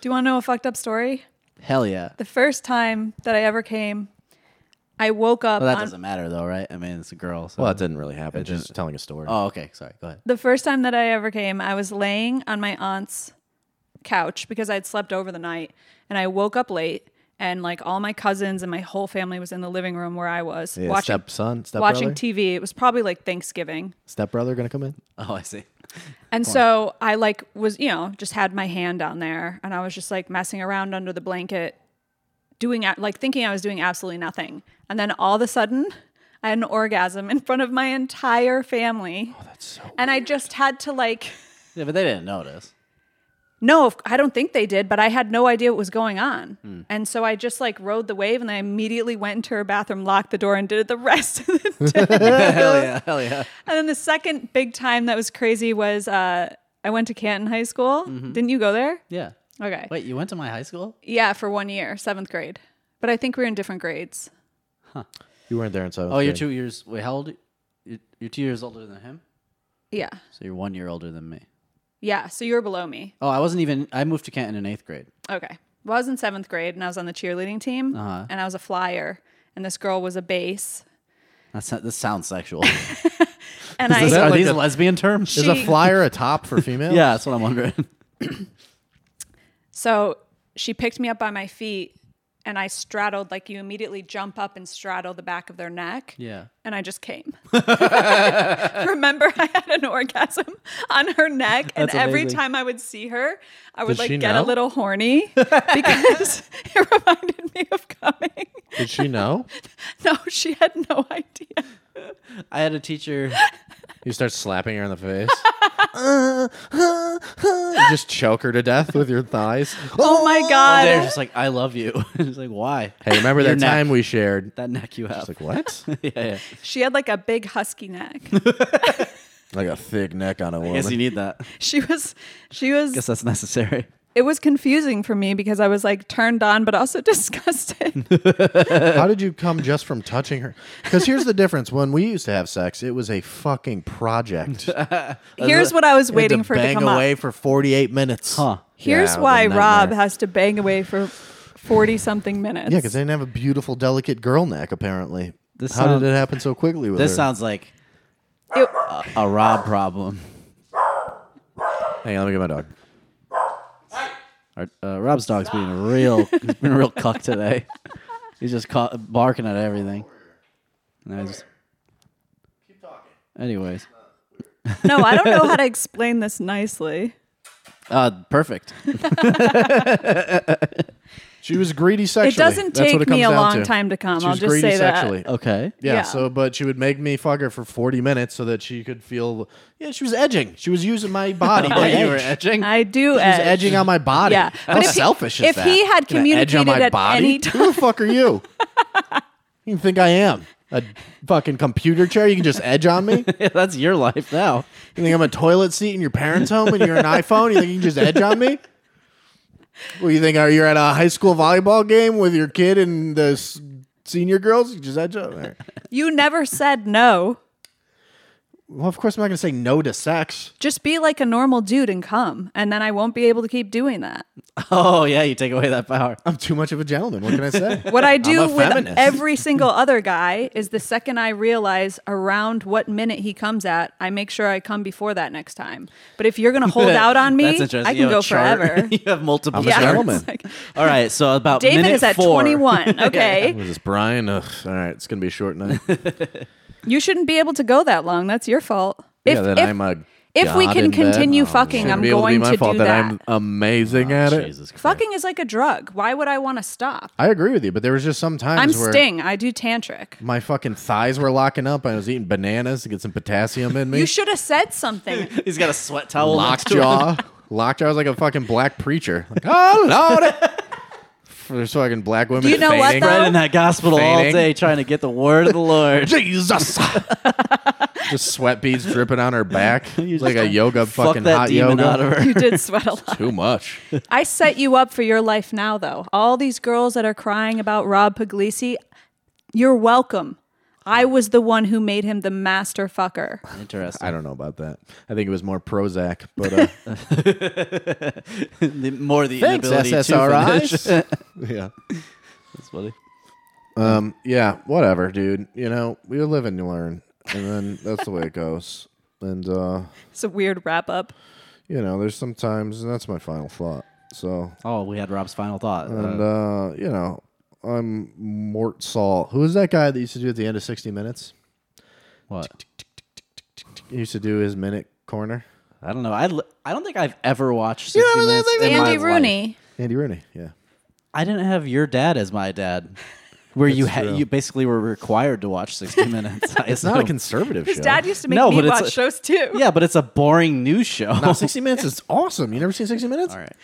Speaker 3: Do you want to know a fucked up story?
Speaker 4: Hell yeah.
Speaker 3: The first time that I ever came, I woke up.
Speaker 4: Well, that
Speaker 3: on-
Speaker 4: doesn't matter though, right? I mean, it's a girl. So.
Speaker 2: well, it didn't really happen. Just telling a story.
Speaker 4: Oh, okay. Sorry. Go ahead. (laughs)
Speaker 3: the first time that I ever came, I was laying on my aunt's couch because I had slept over the night and I woke up late and like all my cousins and my whole family was in the living room where I was
Speaker 2: yeah,
Speaker 3: watching
Speaker 2: stepson,
Speaker 3: watching
Speaker 2: stepbrother,
Speaker 3: TV. It was probably like Thanksgiving.
Speaker 2: stepbrother gonna come in.
Speaker 4: Oh, I see.
Speaker 3: And so I like was, you know, just had my hand down there and I was just like messing around under the blanket, doing a- like thinking I was doing absolutely nothing. And then all of a sudden, I had an orgasm in front of my entire family. Oh, that's so And I just had to like
Speaker 4: Yeah, but they didn't notice.
Speaker 3: no, of- I don't think they did, but I had no idea what was going on. And so I just like rode the wave and I immediately went into her bathroom, locked the door, and did it the (laughs) rest of the day.
Speaker 4: (laughs) hell yeah. Hell yeah.
Speaker 3: And then the second big time that was crazy was uh, I went to Canton High School. Didn't you go there?
Speaker 4: (laughs) Yeah.
Speaker 3: Okay.
Speaker 4: Wait, you went to my high school?
Speaker 3: Yeah, for one year, seventh grade. But I think we were in different grades.
Speaker 2: You weren't there in seventh.
Speaker 4: Oh, you're
Speaker 2: grade.
Speaker 4: two years. Wait, how old? You're, you're two years older than him.
Speaker 3: Yeah.
Speaker 4: So you're one year older than me.
Speaker 3: Yeah. So you were below me.
Speaker 4: Oh, I wasn't even. I moved to Canton in eighth grade.
Speaker 3: Okay. Well, I was in seventh grade and I was on the cheerleading team and I was a flyer. And this girl was a bass.
Speaker 4: That's not, this sounds (laughs) sexual.
Speaker 3: And I
Speaker 4: Is that-
Speaker 2: that
Speaker 4: are
Speaker 2: like
Speaker 4: these
Speaker 2: a-
Speaker 4: lesbian (laughs) terms?
Speaker 2: Is
Speaker 3: she-
Speaker 2: a flyer a top for females?
Speaker 4: (laughs) yeah, that's what I'm wondering.
Speaker 3: (laughs) So she picked me up by my feet and I straddled, like you immediately jump up and straddle the back of their neck.
Speaker 4: yeah.
Speaker 3: And I just
Speaker 2: (laughs)
Speaker 3: came. (laughs) Remember, I had an orgasm on her neck, and
Speaker 4: That's
Speaker 3: every
Speaker 4: amazing.
Speaker 3: time I would see her, I would
Speaker 2: Did
Speaker 3: like
Speaker 2: she
Speaker 3: get a
Speaker 2: know?
Speaker 3: little
Speaker 2: (laughs)
Speaker 3: horny because (laughs) it reminded me of coming.
Speaker 2: Did she know?
Speaker 3: No, she had no idea.
Speaker 4: I had a (laughs) teacher.
Speaker 2: You start slapping her in the face. (laughs) Uh, uh, uh. You just choke her to death with your thighs.
Speaker 3: Oh my
Speaker 4: They're
Speaker 3: god!
Speaker 4: just like, I love you. (laughs) it's like, why?
Speaker 2: Hey, remember
Speaker 4: Your
Speaker 2: that
Speaker 4: neck.
Speaker 2: time we shared?
Speaker 4: That neck you
Speaker 2: It's
Speaker 4: have.
Speaker 2: like what?
Speaker 4: (laughs) yeah, yeah.
Speaker 3: She had like a big husky
Speaker 2: (laughs)
Speaker 3: neck.
Speaker 2: like a thick neck on a woman.
Speaker 4: Guess you need (laughs) that.
Speaker 3: She was, she was.
Speaker 4: Guess that's necessary.
Speaker 3: it was confusing for me because I was like turned on but also (laughs)
Speaker 2: (laughs)
Speaker 3: disgusted.
Speaker 2: How did you come just from touching her? Because here's the difference: when we used to have sex, it was a fucking
Speaker 4: (laughs)
Speaker 2: project.
Speaker 3: Here's what I was waiting
Speaker 2: to
Speaker 3: for
Speaker 2: bang
Speaker 3: to come
Speaker 2: away
Speaker 3: up.
Speaker 2: for 48 minutes.
Speaker 4: Huh.
Speaker 3: Here's
Speaker 2: Yeah, it was
Speaker 3: why
Speaker 2: a
Speaker 3: Rob
Speaker 2: nightmare.
Speaker 3: has to bang away for 40 something minutes.
Speaker 2: Yeah, because they didn't have a beautiful, delicate girl neck. Apparently,
Speaker 4: This
Speaker 2: how
Speaker 4: sound-
Speaker 2: did it happen so quickly with
Speaker 4: This
Speaker 2: her?
Speaker 4: sounds like
Speaker 3: It-
Speaker 4: a Rob problem.
Speaker 2: Hang on, let me get my dog.
Speaker 4: Our, uh, Rob's dog's being a real, (laughs) he's been a real cuck today. He's just ca- barking at everything. And I just- Anyways,
Speaker 3: (laughs) no, I don't know
Speaker 4: (laughs)
Speaker 3: how to explain this nicely.
Speaker 4: uh, perfect.
Speaker 2: She was greedy sexually.
Speaker 3: it doesn't
Speaker 2: That's
Speaker 3: take
Speaker 2: what it
Speaker 3: me a
Speaker 2: comes down
Speaker 3: long
Speaker 2: to.
Speaker 3: time to come.
Speaker 2: She
Speaker 3: I'll
Speaker 2: was
Speaker 3: just
Speaker 2: greedy
Speaker 3: say
Speaker 2: sexually. Uh, (laughs)
Speaker 4: Okay. (laughs)
Speaker 2: Yeah,
Speaker 3: Yeah.
Speaker 2: So, but she would make me fuck her for 40 minutes so that she could feel. Yeah, she was edging. She was using my body.
Speaker 4: Oh,
Speaker 2: to
Speaker 4: you
Speaker 2: edge.
Speaker 4: were
Speaker 2: She
Speaker 4: edging.
Speaker 3: that. I do
Speaker 2: was
Speaker 3: edge.
Speaker 2: edging on my body.
Speaker 3: Yeah.
Speaker 2: How
Speaker 3: But if he-
Speaker 2: selfish is
Speaker 3: if
Speaker 2: that?
Speaker 3: he had
Speaker 2: Gonna edge
Speaker 3: communicated
Speaker 2: on my
Speaker 3: at
Speaker 2: body?
Speaker 3: any
Speaker 2: Who the fuck
Speaker 3: (laughs)
Speaker 2: are you? you think I am? A fucking computer chair? You can just edge on me?
Speaker 4: Yeah, that's your life now.
Speaker 2: You think I'm a toilet seat in your parents' home and you're (laughs) an iPhone? You think you can just edge on me? What you think? Are you at a high school volleyball game with your kid and the s- senior girls? You just edge on there.
Speaker 3: You never said no.
Speaker 2: Well, of course, I'm not going to say no to sex.
Speaker 3: Just be like a normal dude and come, and then I won't be able to keep doing that.
Speaker 4: Oh yeah, you take away that power.
Speaker 2: I'm too much of a gentleman. What can I say?
Speaker 3: (laughs) What I do
Speaker 2: I'm a
Speaker 3: with
Speaker 2: feminist.
Speaker 4: (laughs)
Speaker 3: every single other guy is the second I realize around what minute he comes at, I make sure I come before that next time. But if you're going
Speaker 4: (laughs)
Speaker 3: to hold out on me,
Speaker 4: That's interesting.
Speaker 3: I
Speaker 4: You
Speaker 3: can
Speaker 4: have a
Speaker 3: go
Speaker 4: chart.
Speaker 3: forever.
Speaker 4: (laughs) you have multiple.
Speaker 3: (laughs)
Speaker 2: a
Speaker 3: Yeah,
Speaker 4: charts.
Speaker 2: gentleman.
Speaker 3: it's like-
Speaker 4: All right, so about
Speaker 3: David
Speaker 4: minute
Speaker 3: is at
Speaker 4: four. (laughs)
Speaker 3: 21. Okay.
Speaker 2: What is this, Brian? Ugh, all right, it's (laughs) going to be a short night.
Speaker 3: You shouldn't be able to go that long. That's your fault.
Speaker 2: yeah, then I'm a
Speaker 3: if we
Speaker 2: God
Speaker 3: can
Speaker 2: in bed.
Speaker 3: continue
Speaker 2: Oh,
Speaker 3: fucking,
Speaker 2: shouldn't
Speaker 3: I'm
Speaker 2: be able
Speaker 3: going
Speaker 2: to, be
Speaker 3: to,
Speaker 2: my fault
Speaker 3: do that. Oh,
Speaker 2: I'm amazing at it.
Speaker 4: Jesus Christ.
Speaker 3: fucking is like a drug. Why would I want to stop?
Speaker 2: I agree with you, but there was just some
Speaker 3: I'm
Speaker 2: times where
Speaker 3: Sting. I do tantric.
Speaker 2: my fucking thighs were locking up. and I was eating bananas to get some potassium in me.
Speaker 3: You should have said something.
Speaker 4: He's got a sweat towel. next to him.
Speaker 2: Lockjaw. Lockjaw was like a fucking black preacher. Like, oh lord. There's fucking black women.
Speaker 3: You know what,
Speaker 2: fainting.
Speaker 3: though?
Speaker 4: Spreading that gospel all
Speaker 2: Fainting.
Speaker 4: day, trying to get the word of
Speaker 2: (laughs)
Speaker 4: the Lord.
Speaker 2: Jesus. just sweat beads dripping on her back.
Speaker 4: (laughs) You
Speaker 2: like
Speaker 4: just
Speaker 2: a yoga
Speaker 4: Fuck
Speaker 2: fucking
Speaker 4: that
Speaker 2: hot
Speaker 4: demon
Speaker 2: yoga.
Speaker 4: out of her.
Speaker 3: you did sweat a lot.
Speaker 2: Too much.
Speaker 3: I set you up for your life now, though. All these girls that are crying about Rob Puglisi, you're welcome. I was the one who made him the master fucker.
Speaker 4: Interesting.
Speaker 2: I don't know about that. I think it was more Prozac, but uh,
Speaker 4: The, more the
Speaker 2: thanks
Speaker 4: (laughs) inability to finish. (laughs)
Speaker 2: SSRIs. yeah.
Speaker 4: That's funny.
Speaker 2: Um, yeah, whatever, dude. You know, we live and you learn. And then that's the way it goes. And uh,
Speaker 3: It's a weird wrap up.
Speaker 2: you know, there's sometimes and that's my final thought. So
Speaker 4: Oh, we had Rob's final thought.
Speaker 2: and
Speaker 4: Uh,
Speaker 2: uh, you know, I'm Mort Saul. Who was that guy that used to do at the end of sixty minutes?
Speaker 4: what?
Speaker 2: He used to do his minute corner.
Speaker 4: I don't know. I, l- I don't think I've ever watched 60
Speaker 2: know,
Speaker 4: Minutes
Speaker 2: like-
Speaker 4: in my
Speaker 3: Andy
Speaker 4: life.
Speaker 3: Rooney.
Speaker 2: Andy Rooney, yeah.
Speaker 4: I didn't have your dad as my dad, where you ha-
Speaker 2: true.
Speaker 4: you basically were required to watch
Speaker 2: (laughs)
Speaker 4: 60 Minutes.
Speaker 2: It's not a conservative
Speaker 3: His
Speaker 2: show.
Speaker 3: dad
Speaker 2: (laughs)
Speaker 3: used to make
Speaker 4: No,
Speaker 3: me
Speaker 4: but it's
Speaker 3: watch
Speaker 4: a-
Speaker 3: shows too.
Speaker 4: Yeah, but it's a boring news show. (laughs)
Speaker 2: no, sixty minutes is awesome. You never seen sixty minutes?
Speaker 4: All right.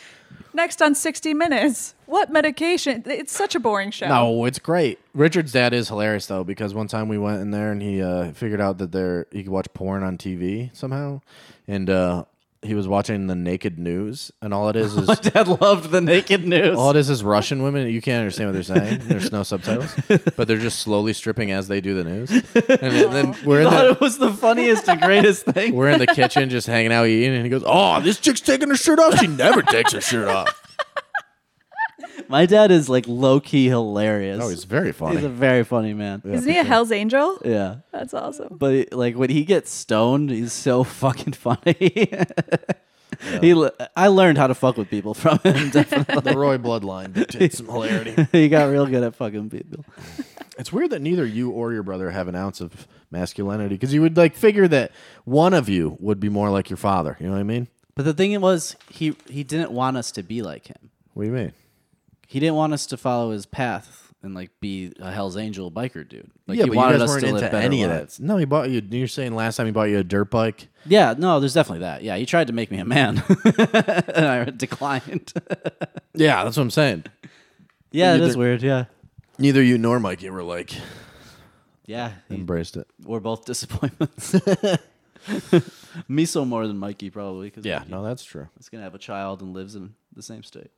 Speaker 3: Next on 60 Minutes. What medication? It's such a boring show.
Speaker 2: No, it's great. Richard's dad is hilarious though because one time we went in there and he uh, figured out that there he could watch porn on TV somehow, and uh, he was watching the naked news, and all it (laughs) is is
Speaker 4: My dad loved the naked news.
Speaker 2: all it Oh, is is Russian women. You can't understand what they're saying. There's no subtitles, (laughs) but they're just slowly stripping as they do the news, and (laughs) then- then we're in
Speaker 4: thought
Speaker 2: the.
Speaker 4: (laughs) it was the funniest and greatest
Speaker 2: (laughs)
Speaker 4: thing.
Speaker 2: We're in the kitchen just hanging out eating, and he goes, "Oh, this chick's taking her shirt off. She never takes her shirt off." (laughs)
Speaker 4: My dad is like low key hilarious.
Speaker 2: Oh, he's very funny.
Speaker 4: He's (laughs) a very funny man. Yeah.
Speaker 3: Isn't he a Hell's Angel? That's awesome.
Speaker 4: But like when he gets stoned, he's so (laughs) fucking funny. He, le- I learned how to fuck with people from him. (laughs) Definitely,
Speaker 2: the Roy bloodline (laughs) dictates similarity.
Speaker 4: he got real good at fucking people.
Speaker 2: It's weird that neither you or your brother have an ounce of masculinity because you would like figure that one of you would be more like your father. You know what I mean?
Speaker 4: But the thing was, he he didn't want us to be like him.
Speaker 2: What do you mean?
Speaker 4: He didn't want us to follow his path and like be a Hell's Angel biker dude. Like
Speaker 2: yeah,
Speaker 4: he
Speaker 2: but
Speaker 4: wanted
Speaker 2: you guys
Speaker 4: us
Speaker 2: weren't
Speaker 4: to live
Speaker 2: into
Speaker 4: better
Speaker 2: any
Speaker 4: lives.
Speaker 2: of that. No, he bought you. You're saying last time he bought you a dirt bike.
Speaker 4: Yeah, no, there's definitely that. Yeah, he tried to make me a man, (laughs) and I declined.
Speaker 2: Yeah, that's what I'm saying.
Speaker 4: (laughs) yeah, it is
Speaker 2: Neither-
Speaker 4: weird. Yeah,
Speaker 2: Neither you nor Mikey were like
Speaker 4: yeah, he-
Speaker 2: embraced it.
Speaker 4: we're both (laughs) disappointments. me so more than Mikey probably. Cause
Speaker 2: Yeah,
Speaker 4: Mikey
Speaker 2: no, that's true.
Speaker 4: is gonna have a child and lives in the same state.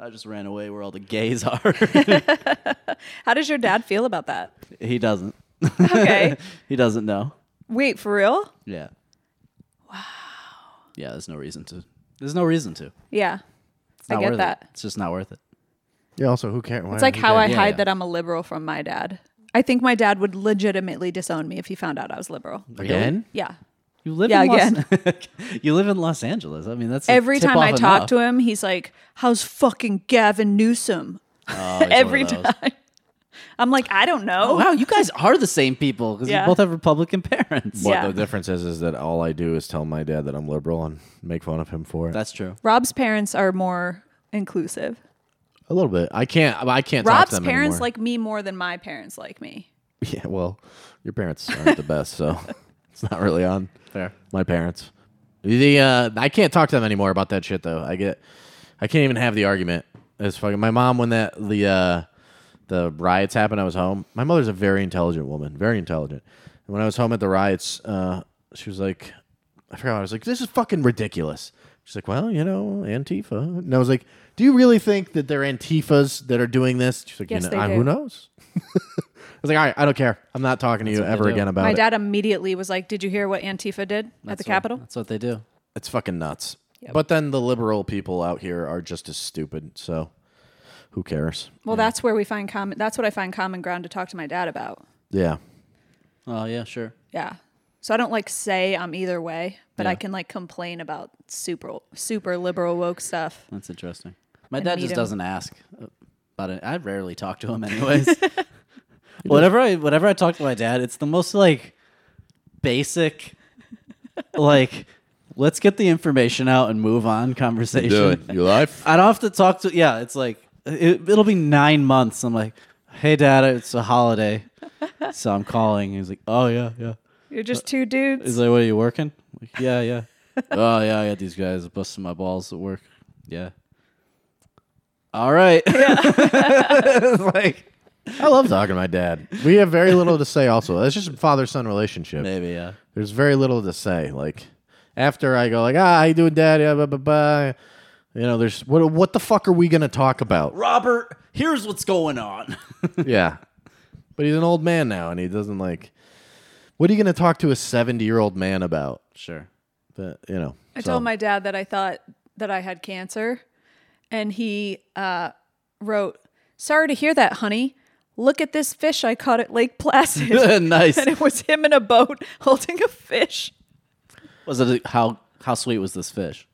Speaker 4: I just ran away where all the gays are. (laughs)
Speaker 3: How does your dad feel about that?
Speaker 4: he doesn't.
Speaker 3: Okay.
Speaker 4: He doesn't know.
Speaker 3: Wait, for real?
Speaker 4: Yeah. Wow. Yeah, there's no reason to. There's no reason to.
Speaker 3: Yeah.
Speaker 4: It's
Speaker 3: I
Speaker 4: not
Speaker 3: get
Speaker 4: worth
Speaker 3: that.
Speaker 4: It. It's just not worth it.
Speaker 2: Yeah. Also, who cares?
Speaker 3: It's like how I
Speaker 4: Yeah,
Speaker 3: hide
Speaker 4: yeah.
Speaker 3: that I'm a liberal from my dad. I think my dad would legitimately disown me if he found out I was liberal.
Speaker 2: again.
Speaker 3: Yeah.
Speaker 4: You live
Speaker 3: Yeah,
Speaker 4: in Los- (laughs) You live in Los Angeles. I mean, that's a
Speaker 3: Every time
Speaker 4: tip-off
Speaker 3: I talk
Speaker 4: enough.
Speaker 3: to him, he's like, How's fucking Gavin Newsom? (laughs)
Speaker 4: Oh, he's one of
Speaker 3: Every
Speaker 4: those.
Speaker 3: time. I'm like, I don't know.
Speaker 4: Oh, wow, you guys are the same people because
Speaker 3: Yeah.
Speaker 4: you both have Republican parents.
Speaker 3: Yeah.
Speaker 2: But the difference is, is that all I do is tell my dad that I'm liberal and make fun of him for it.
Speaker 4: That's true.
Speaker 3: Rob's parents are more inclusive.
Speaker 2: a little bit. I can't. I can't. talk to
Speaker 3: Rob's
Speaker 2: them
Speaker 3: parents
Speaker 2: anymore.
Speaker 3: like me more than my parents like me.
Speaker 2: (laughs) Yeah, well, your parents aren't the
Speaker 3: (laughs)
Speaker 2: best, so it's not really on
Speaker 4: Fair.
Speaker 2: my parents. The uh, I can't talk to them anymore about that shit though. I get, I can't even have the argument. It's fucking my mom when that the uh, the riots happened. I was home. My mother's a very intelligent woman, very intelligent. And when I was home at the riots, uh, she was like, I forgot. I was like, this is fucking ridiculous. She's like, well, you know, Antifa. And I was like, do you really think that they're Antifas that are doing this? She's like,
Speaker 3: Yes,
Speaker 2: you
Speaker 3: they
Speaker 2: know, I-
Speaker 3: do.
Speaker 2: who knows? (laughs) I was like, all right, I don't care. I'm not talking to you
Speaker 4: what they
Speaker 2: ever
Speaker 4: do.
Speaker 2: again about
Speaker 3: my
Speaker 2: it.
Speaker 3: dad immediately was like, Did you hear what Antifa did at the
Speaker 4: That's what-
Speaker 3: Capitol?
Speaker 4: That's what they do.
Speaker 2: It's fucking nuts. But then the liberal people out here are just as stupid. So who cares?
Speaker 3: Well, that's where we find common. That's what I find common ground to talk to my dad about.
Speaker 2: Yeah.
Speaker 4: Oh yeah, sure.
Speaker 3: Yeah. So I don't like say I'm either way, but I
Speaker 4: Yeah.
Speaker 3: can like complain about super super liberal woke stuff.
Speaker 4: That's interesting. My dad
Speaker 3: meet
Speaker 4: just
Speaker 3: him.
Speaker 4: doesn't ask uh, about it. I rarely talk to
Speaker 3: (laughs)
Speaker 4: him, anyways. (laughs) whenever I whenever I talk to my dad, it's the most like basic, like Let's get the information out and move on. Conversation.
Speaker 5: doing? Your
Speaker 2: (laughs)
Speaker 5: life?
Speaker 4: I don't have to talk to. Yeah, it's like it, it'll be nine months. I'm like, hey, dad, it's a holiday, so I'm calling. He's like, oh yeah, yeah.
Speaker 3: You're
Speaker 2: Uh,
Speaker 3: just two dudes.
Speaker 4: He's like, what are you working? I'm like, yeah, (laughs) yeah. oh yeah, I got these guys busting my balls at work. Yeah. All (laughs) right. It's like
Speaker 2: I love talking to my dad. We have very little to say. Also, it's just a father son relationship.
Speaker 4: maybe yeah.
Speaker 2: There's very little to say. Like after I go like ah, how you doing, dad? Yeah, blah blah blah. You know, there's what what the fuck are we gonna talk about?
Speaker 4: Robert, here's what's going on.
Speaker 2: yeah. But he's an old man now and he doesn't like what are you gonna talk to a seventy year old man about?
Speaker 4: (laughs) sure.
Speaker 2: But you know.
Speaker 3: I
Speaker 2: so-
Speaker 3: told my dad that I thought that I had cancer, and he uh, wrote, "Sorry to hear that, honey. Look at this fish I caught at Lake Placid."
Speaker 2: (laughs)
Speaker 4: (laughs) nice.
Speaker 3: and it was him in a boat (laughs) holding a fish.
Speaker 4: Was it how how sweet was this fish?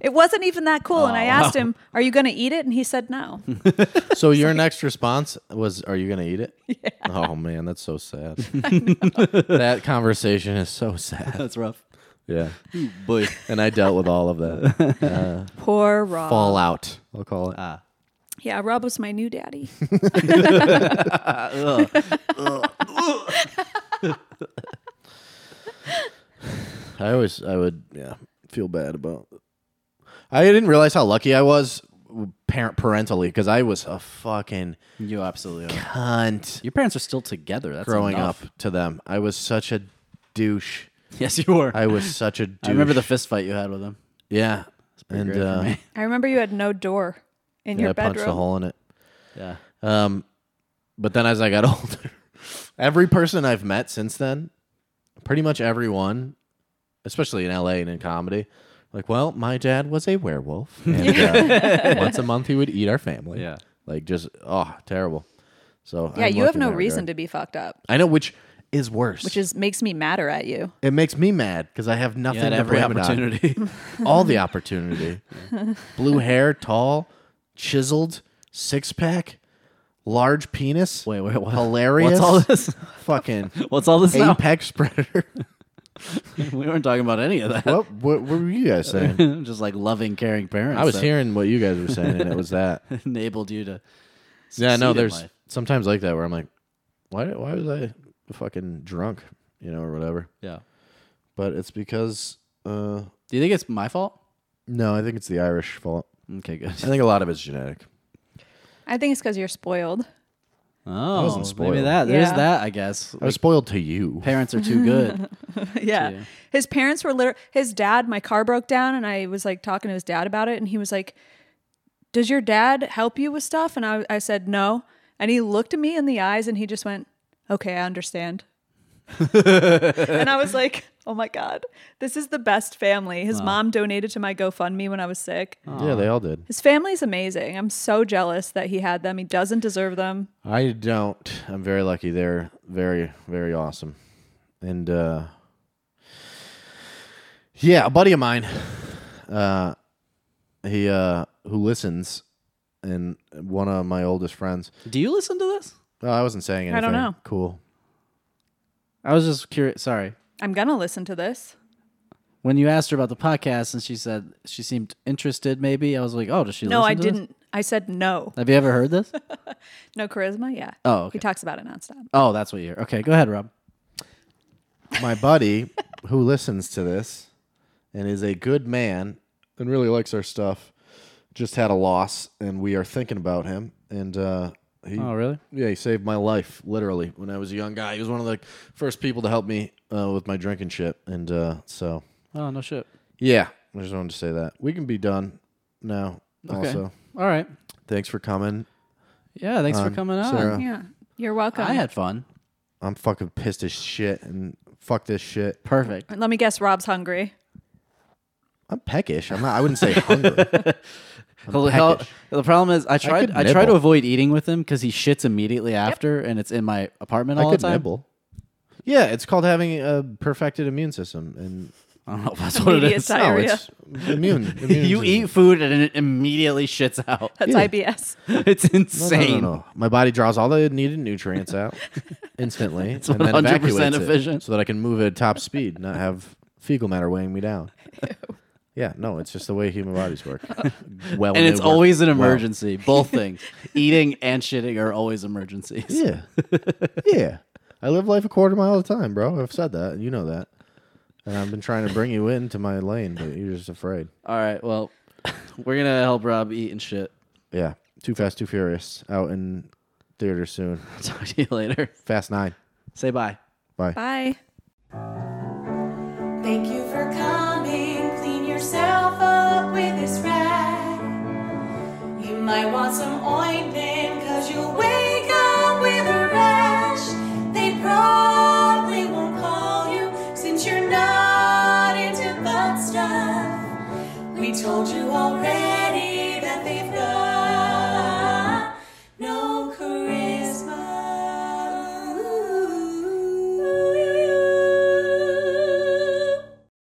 Speaker 3: It wasn't even that cool. and I
Speaker 2: Oh,
Speaker 3: asked him, Are you going to eat it? And he said,
Speaker 2: (laughs)
Speaker 3: No.
Speaker 2: So your next response was are you gonna eat
Speaker 4: (laughs)
Speaker 2: it? Oh man, that's so sad. that conversation is so sad.
Speaker 4: (laughs) That's rough.
Speaker 2: Yeah.
Speaker 4: Boy.
Speaker 2: And I dealt with all of (laughs) that.
Speaker 3: Poor Rob.
Speaker 2: Fallout, I'll call it.
Speaker 4: ah,
Speaker 3: Yeah, Rob was my new daddy.
Speaker 2: I always I would yeah feel bad about. I didn't realize how lucky I was parent parentally because I was a fucking
Speaker 4: you absolutely are.
Speaker 2: cunt
Speaker 4: Your parents are still together. That's
Speaker 2: growing
Speaker 4: enough.
Speaker 2: up to them. I was such a douche.
Speaker 4: (laughs) Yes, you were. I,
Speaker 2: I was such a douche.
Speaker 4: remember the fist fight you had with him.
Speaker 2: yeah, and
Speaker 4: Great for
Speaker 2: uh,
Speaker 4: me.
Speaker 3: I remember you had no door in
Speaker 2: yeah,
Speaker 3: your
Speaker 2: I punched
Speaker 3: bedroom.
Speaker 2: a hole in it.
Speaker 4: (laughs) Yeah.
Speaker 2: Um, but then as I got (laughs) older, every person I've met since then, pretty much everyone, especially in LA and in comedy, like, well, my dad was a
Speaker 4: (laughs)
Speaker 2: werewolf. And, uh, once a month, he would eat our family.
Speaker 4: Yeah.
Speaker 2: Like, just, oh, terrible. So,
Speaker 3: Yeah, you have no reason to be fucked up,
Speaker 2: I know, which is worse.
Speaker 3: which is makes me madder at you.
Speaker 2: it makes me mad because I have
Speaker 4: You
Speaker 2: nothing
Speaker 4: had
Speaker 2: to
Speaker 4: every
Speaker 2: blame it on.
Speaker 4: opportunity.
Speaker 2: all the opportunity. Blue hair, tall, chiseled, six pack, large penis.
Speaker 4: Wait, wait, what?
Speaker 2: Hilarious.
Speaker 4: (laughs) What's all this?
Speaker 2: (laughs) Fucking
Speaker 4: What's all this now? (laughs)
Speaker 2: apex predator.
Speaker 4: We weren't talking about any of
Speaker 2: (laughs)
Speaker 4: that.
Speaker 2: what, what? What were you guys saying?
Speaker 4: (laughs) Just like loving, caring
Speaker 2: (laughs)
Speaker 4: parents.
Speaker 2: I was
Speaker 4: that
Speaker 2: hearing what you guys were saying, and it was (laughs) that.
Speaker 4: (laughs) Enabled you to.
Speaker 2: Yeah,
Speaker 4: succeed
Speaker 2: no.
Speaker 4: in
Speaker 2: There's
Speaker 4: life.
Speaker 2: sometimes like that where I'm like, why? Why was I fucking drunk? You know, or whatever.
Speaker 4: Yeah.
Speaker 2: But it's because. Uh,
Speaker 4: Do you think it's my fault?
Speaker 2: no, I think it's the Irish fault.
Speaker 4: Okay,
Speaker 2: (laughs)
Speaker 4: good.
Speaker 2: I think a lot of it's genetic.
Speaker 3: I think it's because you're spoiled. (laughs)
Speaker 4: Oh,
Speaker 2: wasn't spoiled.
Speaker 4: maybe that. There's
Speaker 3: Yeah.
Speaker 4: that. I guess
Speaker 2: I was spoiled to you.
Speaker 4: parents are too good. (laughs)
Speaker 3: yeah. His parents were literally, his dad, my car broke down and I was like talking to his dad about it. And he was like, Does your dad help you with stuff? And I, I said, No. And he looked at me in the eyes and he just went, Okay, I understand. and I was like, Oh my God, this is the best family. His mom donated to my GoFundMe when I was sick.
Speaker 2: Yeah, they all did.
Speaker 3: His family's amazing. I'm so jealous that he had them. He doesn't deserve them.
Speaker 2: I don't. I'm very lucky. They're very, very awesome. And uh yeah, a buddy of mine, uh he uh who listens and one of my oldest friends.
Speaker 4: Do you listen to this?
Speaker 2: Oh, I wasn't saying anything.
Speaker 3: I don't know.
Speaker 2: Cool.
Speaker 4: I was just curious. Sorry.
Speaker 3: I'm going to listen to this.
Speaker 4: When you asked her about the podcast and she said she seemed interested, maybe I was like, "Oh, does she?"
Speaker 3: No,
Speaker 4: listen
Speaker 3: I
Speaker 4: to this?
Speaker 3: didn't. I said no.
Speaker 4: Have you ever
Speaker 3: (laughs)
Speaker 4: heard this?
Speaker 3: No charisma? Yeah.
Speaker 4: Oh,
Speaker 3: He
Speaker 4: okay.
Speaker 3: talks about it nonstop.
Speaker 4: Oh, that's what you hear. Okay, go ahead, Rob.
Speaker 3: (laughs)
Speaker 2: My buddy who listens to this and is a good man and really likes our stuff just had a loss and we are thinking about him and uh he
Speaker 4: Oh, really?
Speaker 2: Yeah, he saved my life literally when I was a young guy. He was one of the first people to help me uh, with my drinking shit, and uh, so
Speaker 4: Oh, no shit.
Speaker 2: yeah, I just wanted to say that we can be done now.
Speaker 4: Okay.
Speaker 2: Also,
Speaker 4: All right.
Speaker 2: thanks for coming.
Speaker 4: Yeah. Thanks
Speaker 2: Um,
Speaker 4: for coming on.
Speaker 2: Sarah.
Speaker 3: Yeah. You're welcome.
Speaker 4: Oh. I had fun.
Speaker 2: I'm fucking pissed as shit, and fuck this shit.
Speaker 4: Perfect.
Speaker 3: Let me guess, Rob's hungry.
Speaker 2: I'm peckish. I'm not. I wouldn't
Speaker 4: (laughs)
Speaker 2: say hungry.
Speaker 4: The, hell-
Speaker 2: peckish.
Speaker 4: the problem is, I tried.
Speaker 2: could
Speaker 4: I, try to
Speaker 2: nibble.
Speaker 4: avoid eating with him because he shits immediately after, and it's in my apartment all
Speaker 2: I could
Speaker 4: the time.
Speaker 2: nibble. Yeah, it's called having a perfected immune system, and
Speaker 4: I don't know if that's what it
Speaker 3: Immediate
Speaker 4: is.
Speaker 3: type.
Speaker 2: no,
Speaker 3: Diarrhea.
Speaker 2: it's immune. immune
Speaker 4: (laughs) you
Speaker 2: system.
Speaker 4: eat food and it immediately shits out.
Speaker 3: That's
Speaker 2: Yeah.
Speaker 3: IBS.
Speaker 2: (laughs)
Speaker 4: It's
Speaker 2: No, no, no,
Speaker 4: insane.
Speaker 2: no. My body draws all the needed nutrients
Speaker 4: (laughs)
Speaker 2: out instantly and then
Speaker 4: 100%
Speaker 2: evacuates it
Speaker 4: efficient.
Speaker 2: so that I can move at top speed, not have fecal matter weighing me down. Yeah, no, it's just the way human bodies work. well,
Speaker 4: (laughs) And
Speaker 2: they
Speaker 4: it's
Speaker 2: work
Speaker 4: always an
Speaker 2: well. (laughs)
Speaker 4: emergency. Both things, eating and shitting, are always emergencies.
Speaker 2: Yeah, yeah. I live life a quarter mile at a time, bro. I've said that, and you know that. And I've been trying to bring you into my lane, but you're just afraid.
Speaker 4: All right. Well, (laughs) we're gonna help Rob eat and shit. (laughs)
Speaker 2: Yeah, too fast, too furious. Out in theater soon.
Speaker 4: Talk to you later.
Speaker 2: Fast nine.
Speaker 4: Say bye.
Speaker 2: Bye.
Speaker 3: Bye.
Speaker 1: Thank you for coming. Clean yourself up with this rag. You might want some ointment, cause you'll wake up with a rash. They probably won't call you since you're not into butt stuff. We told you already.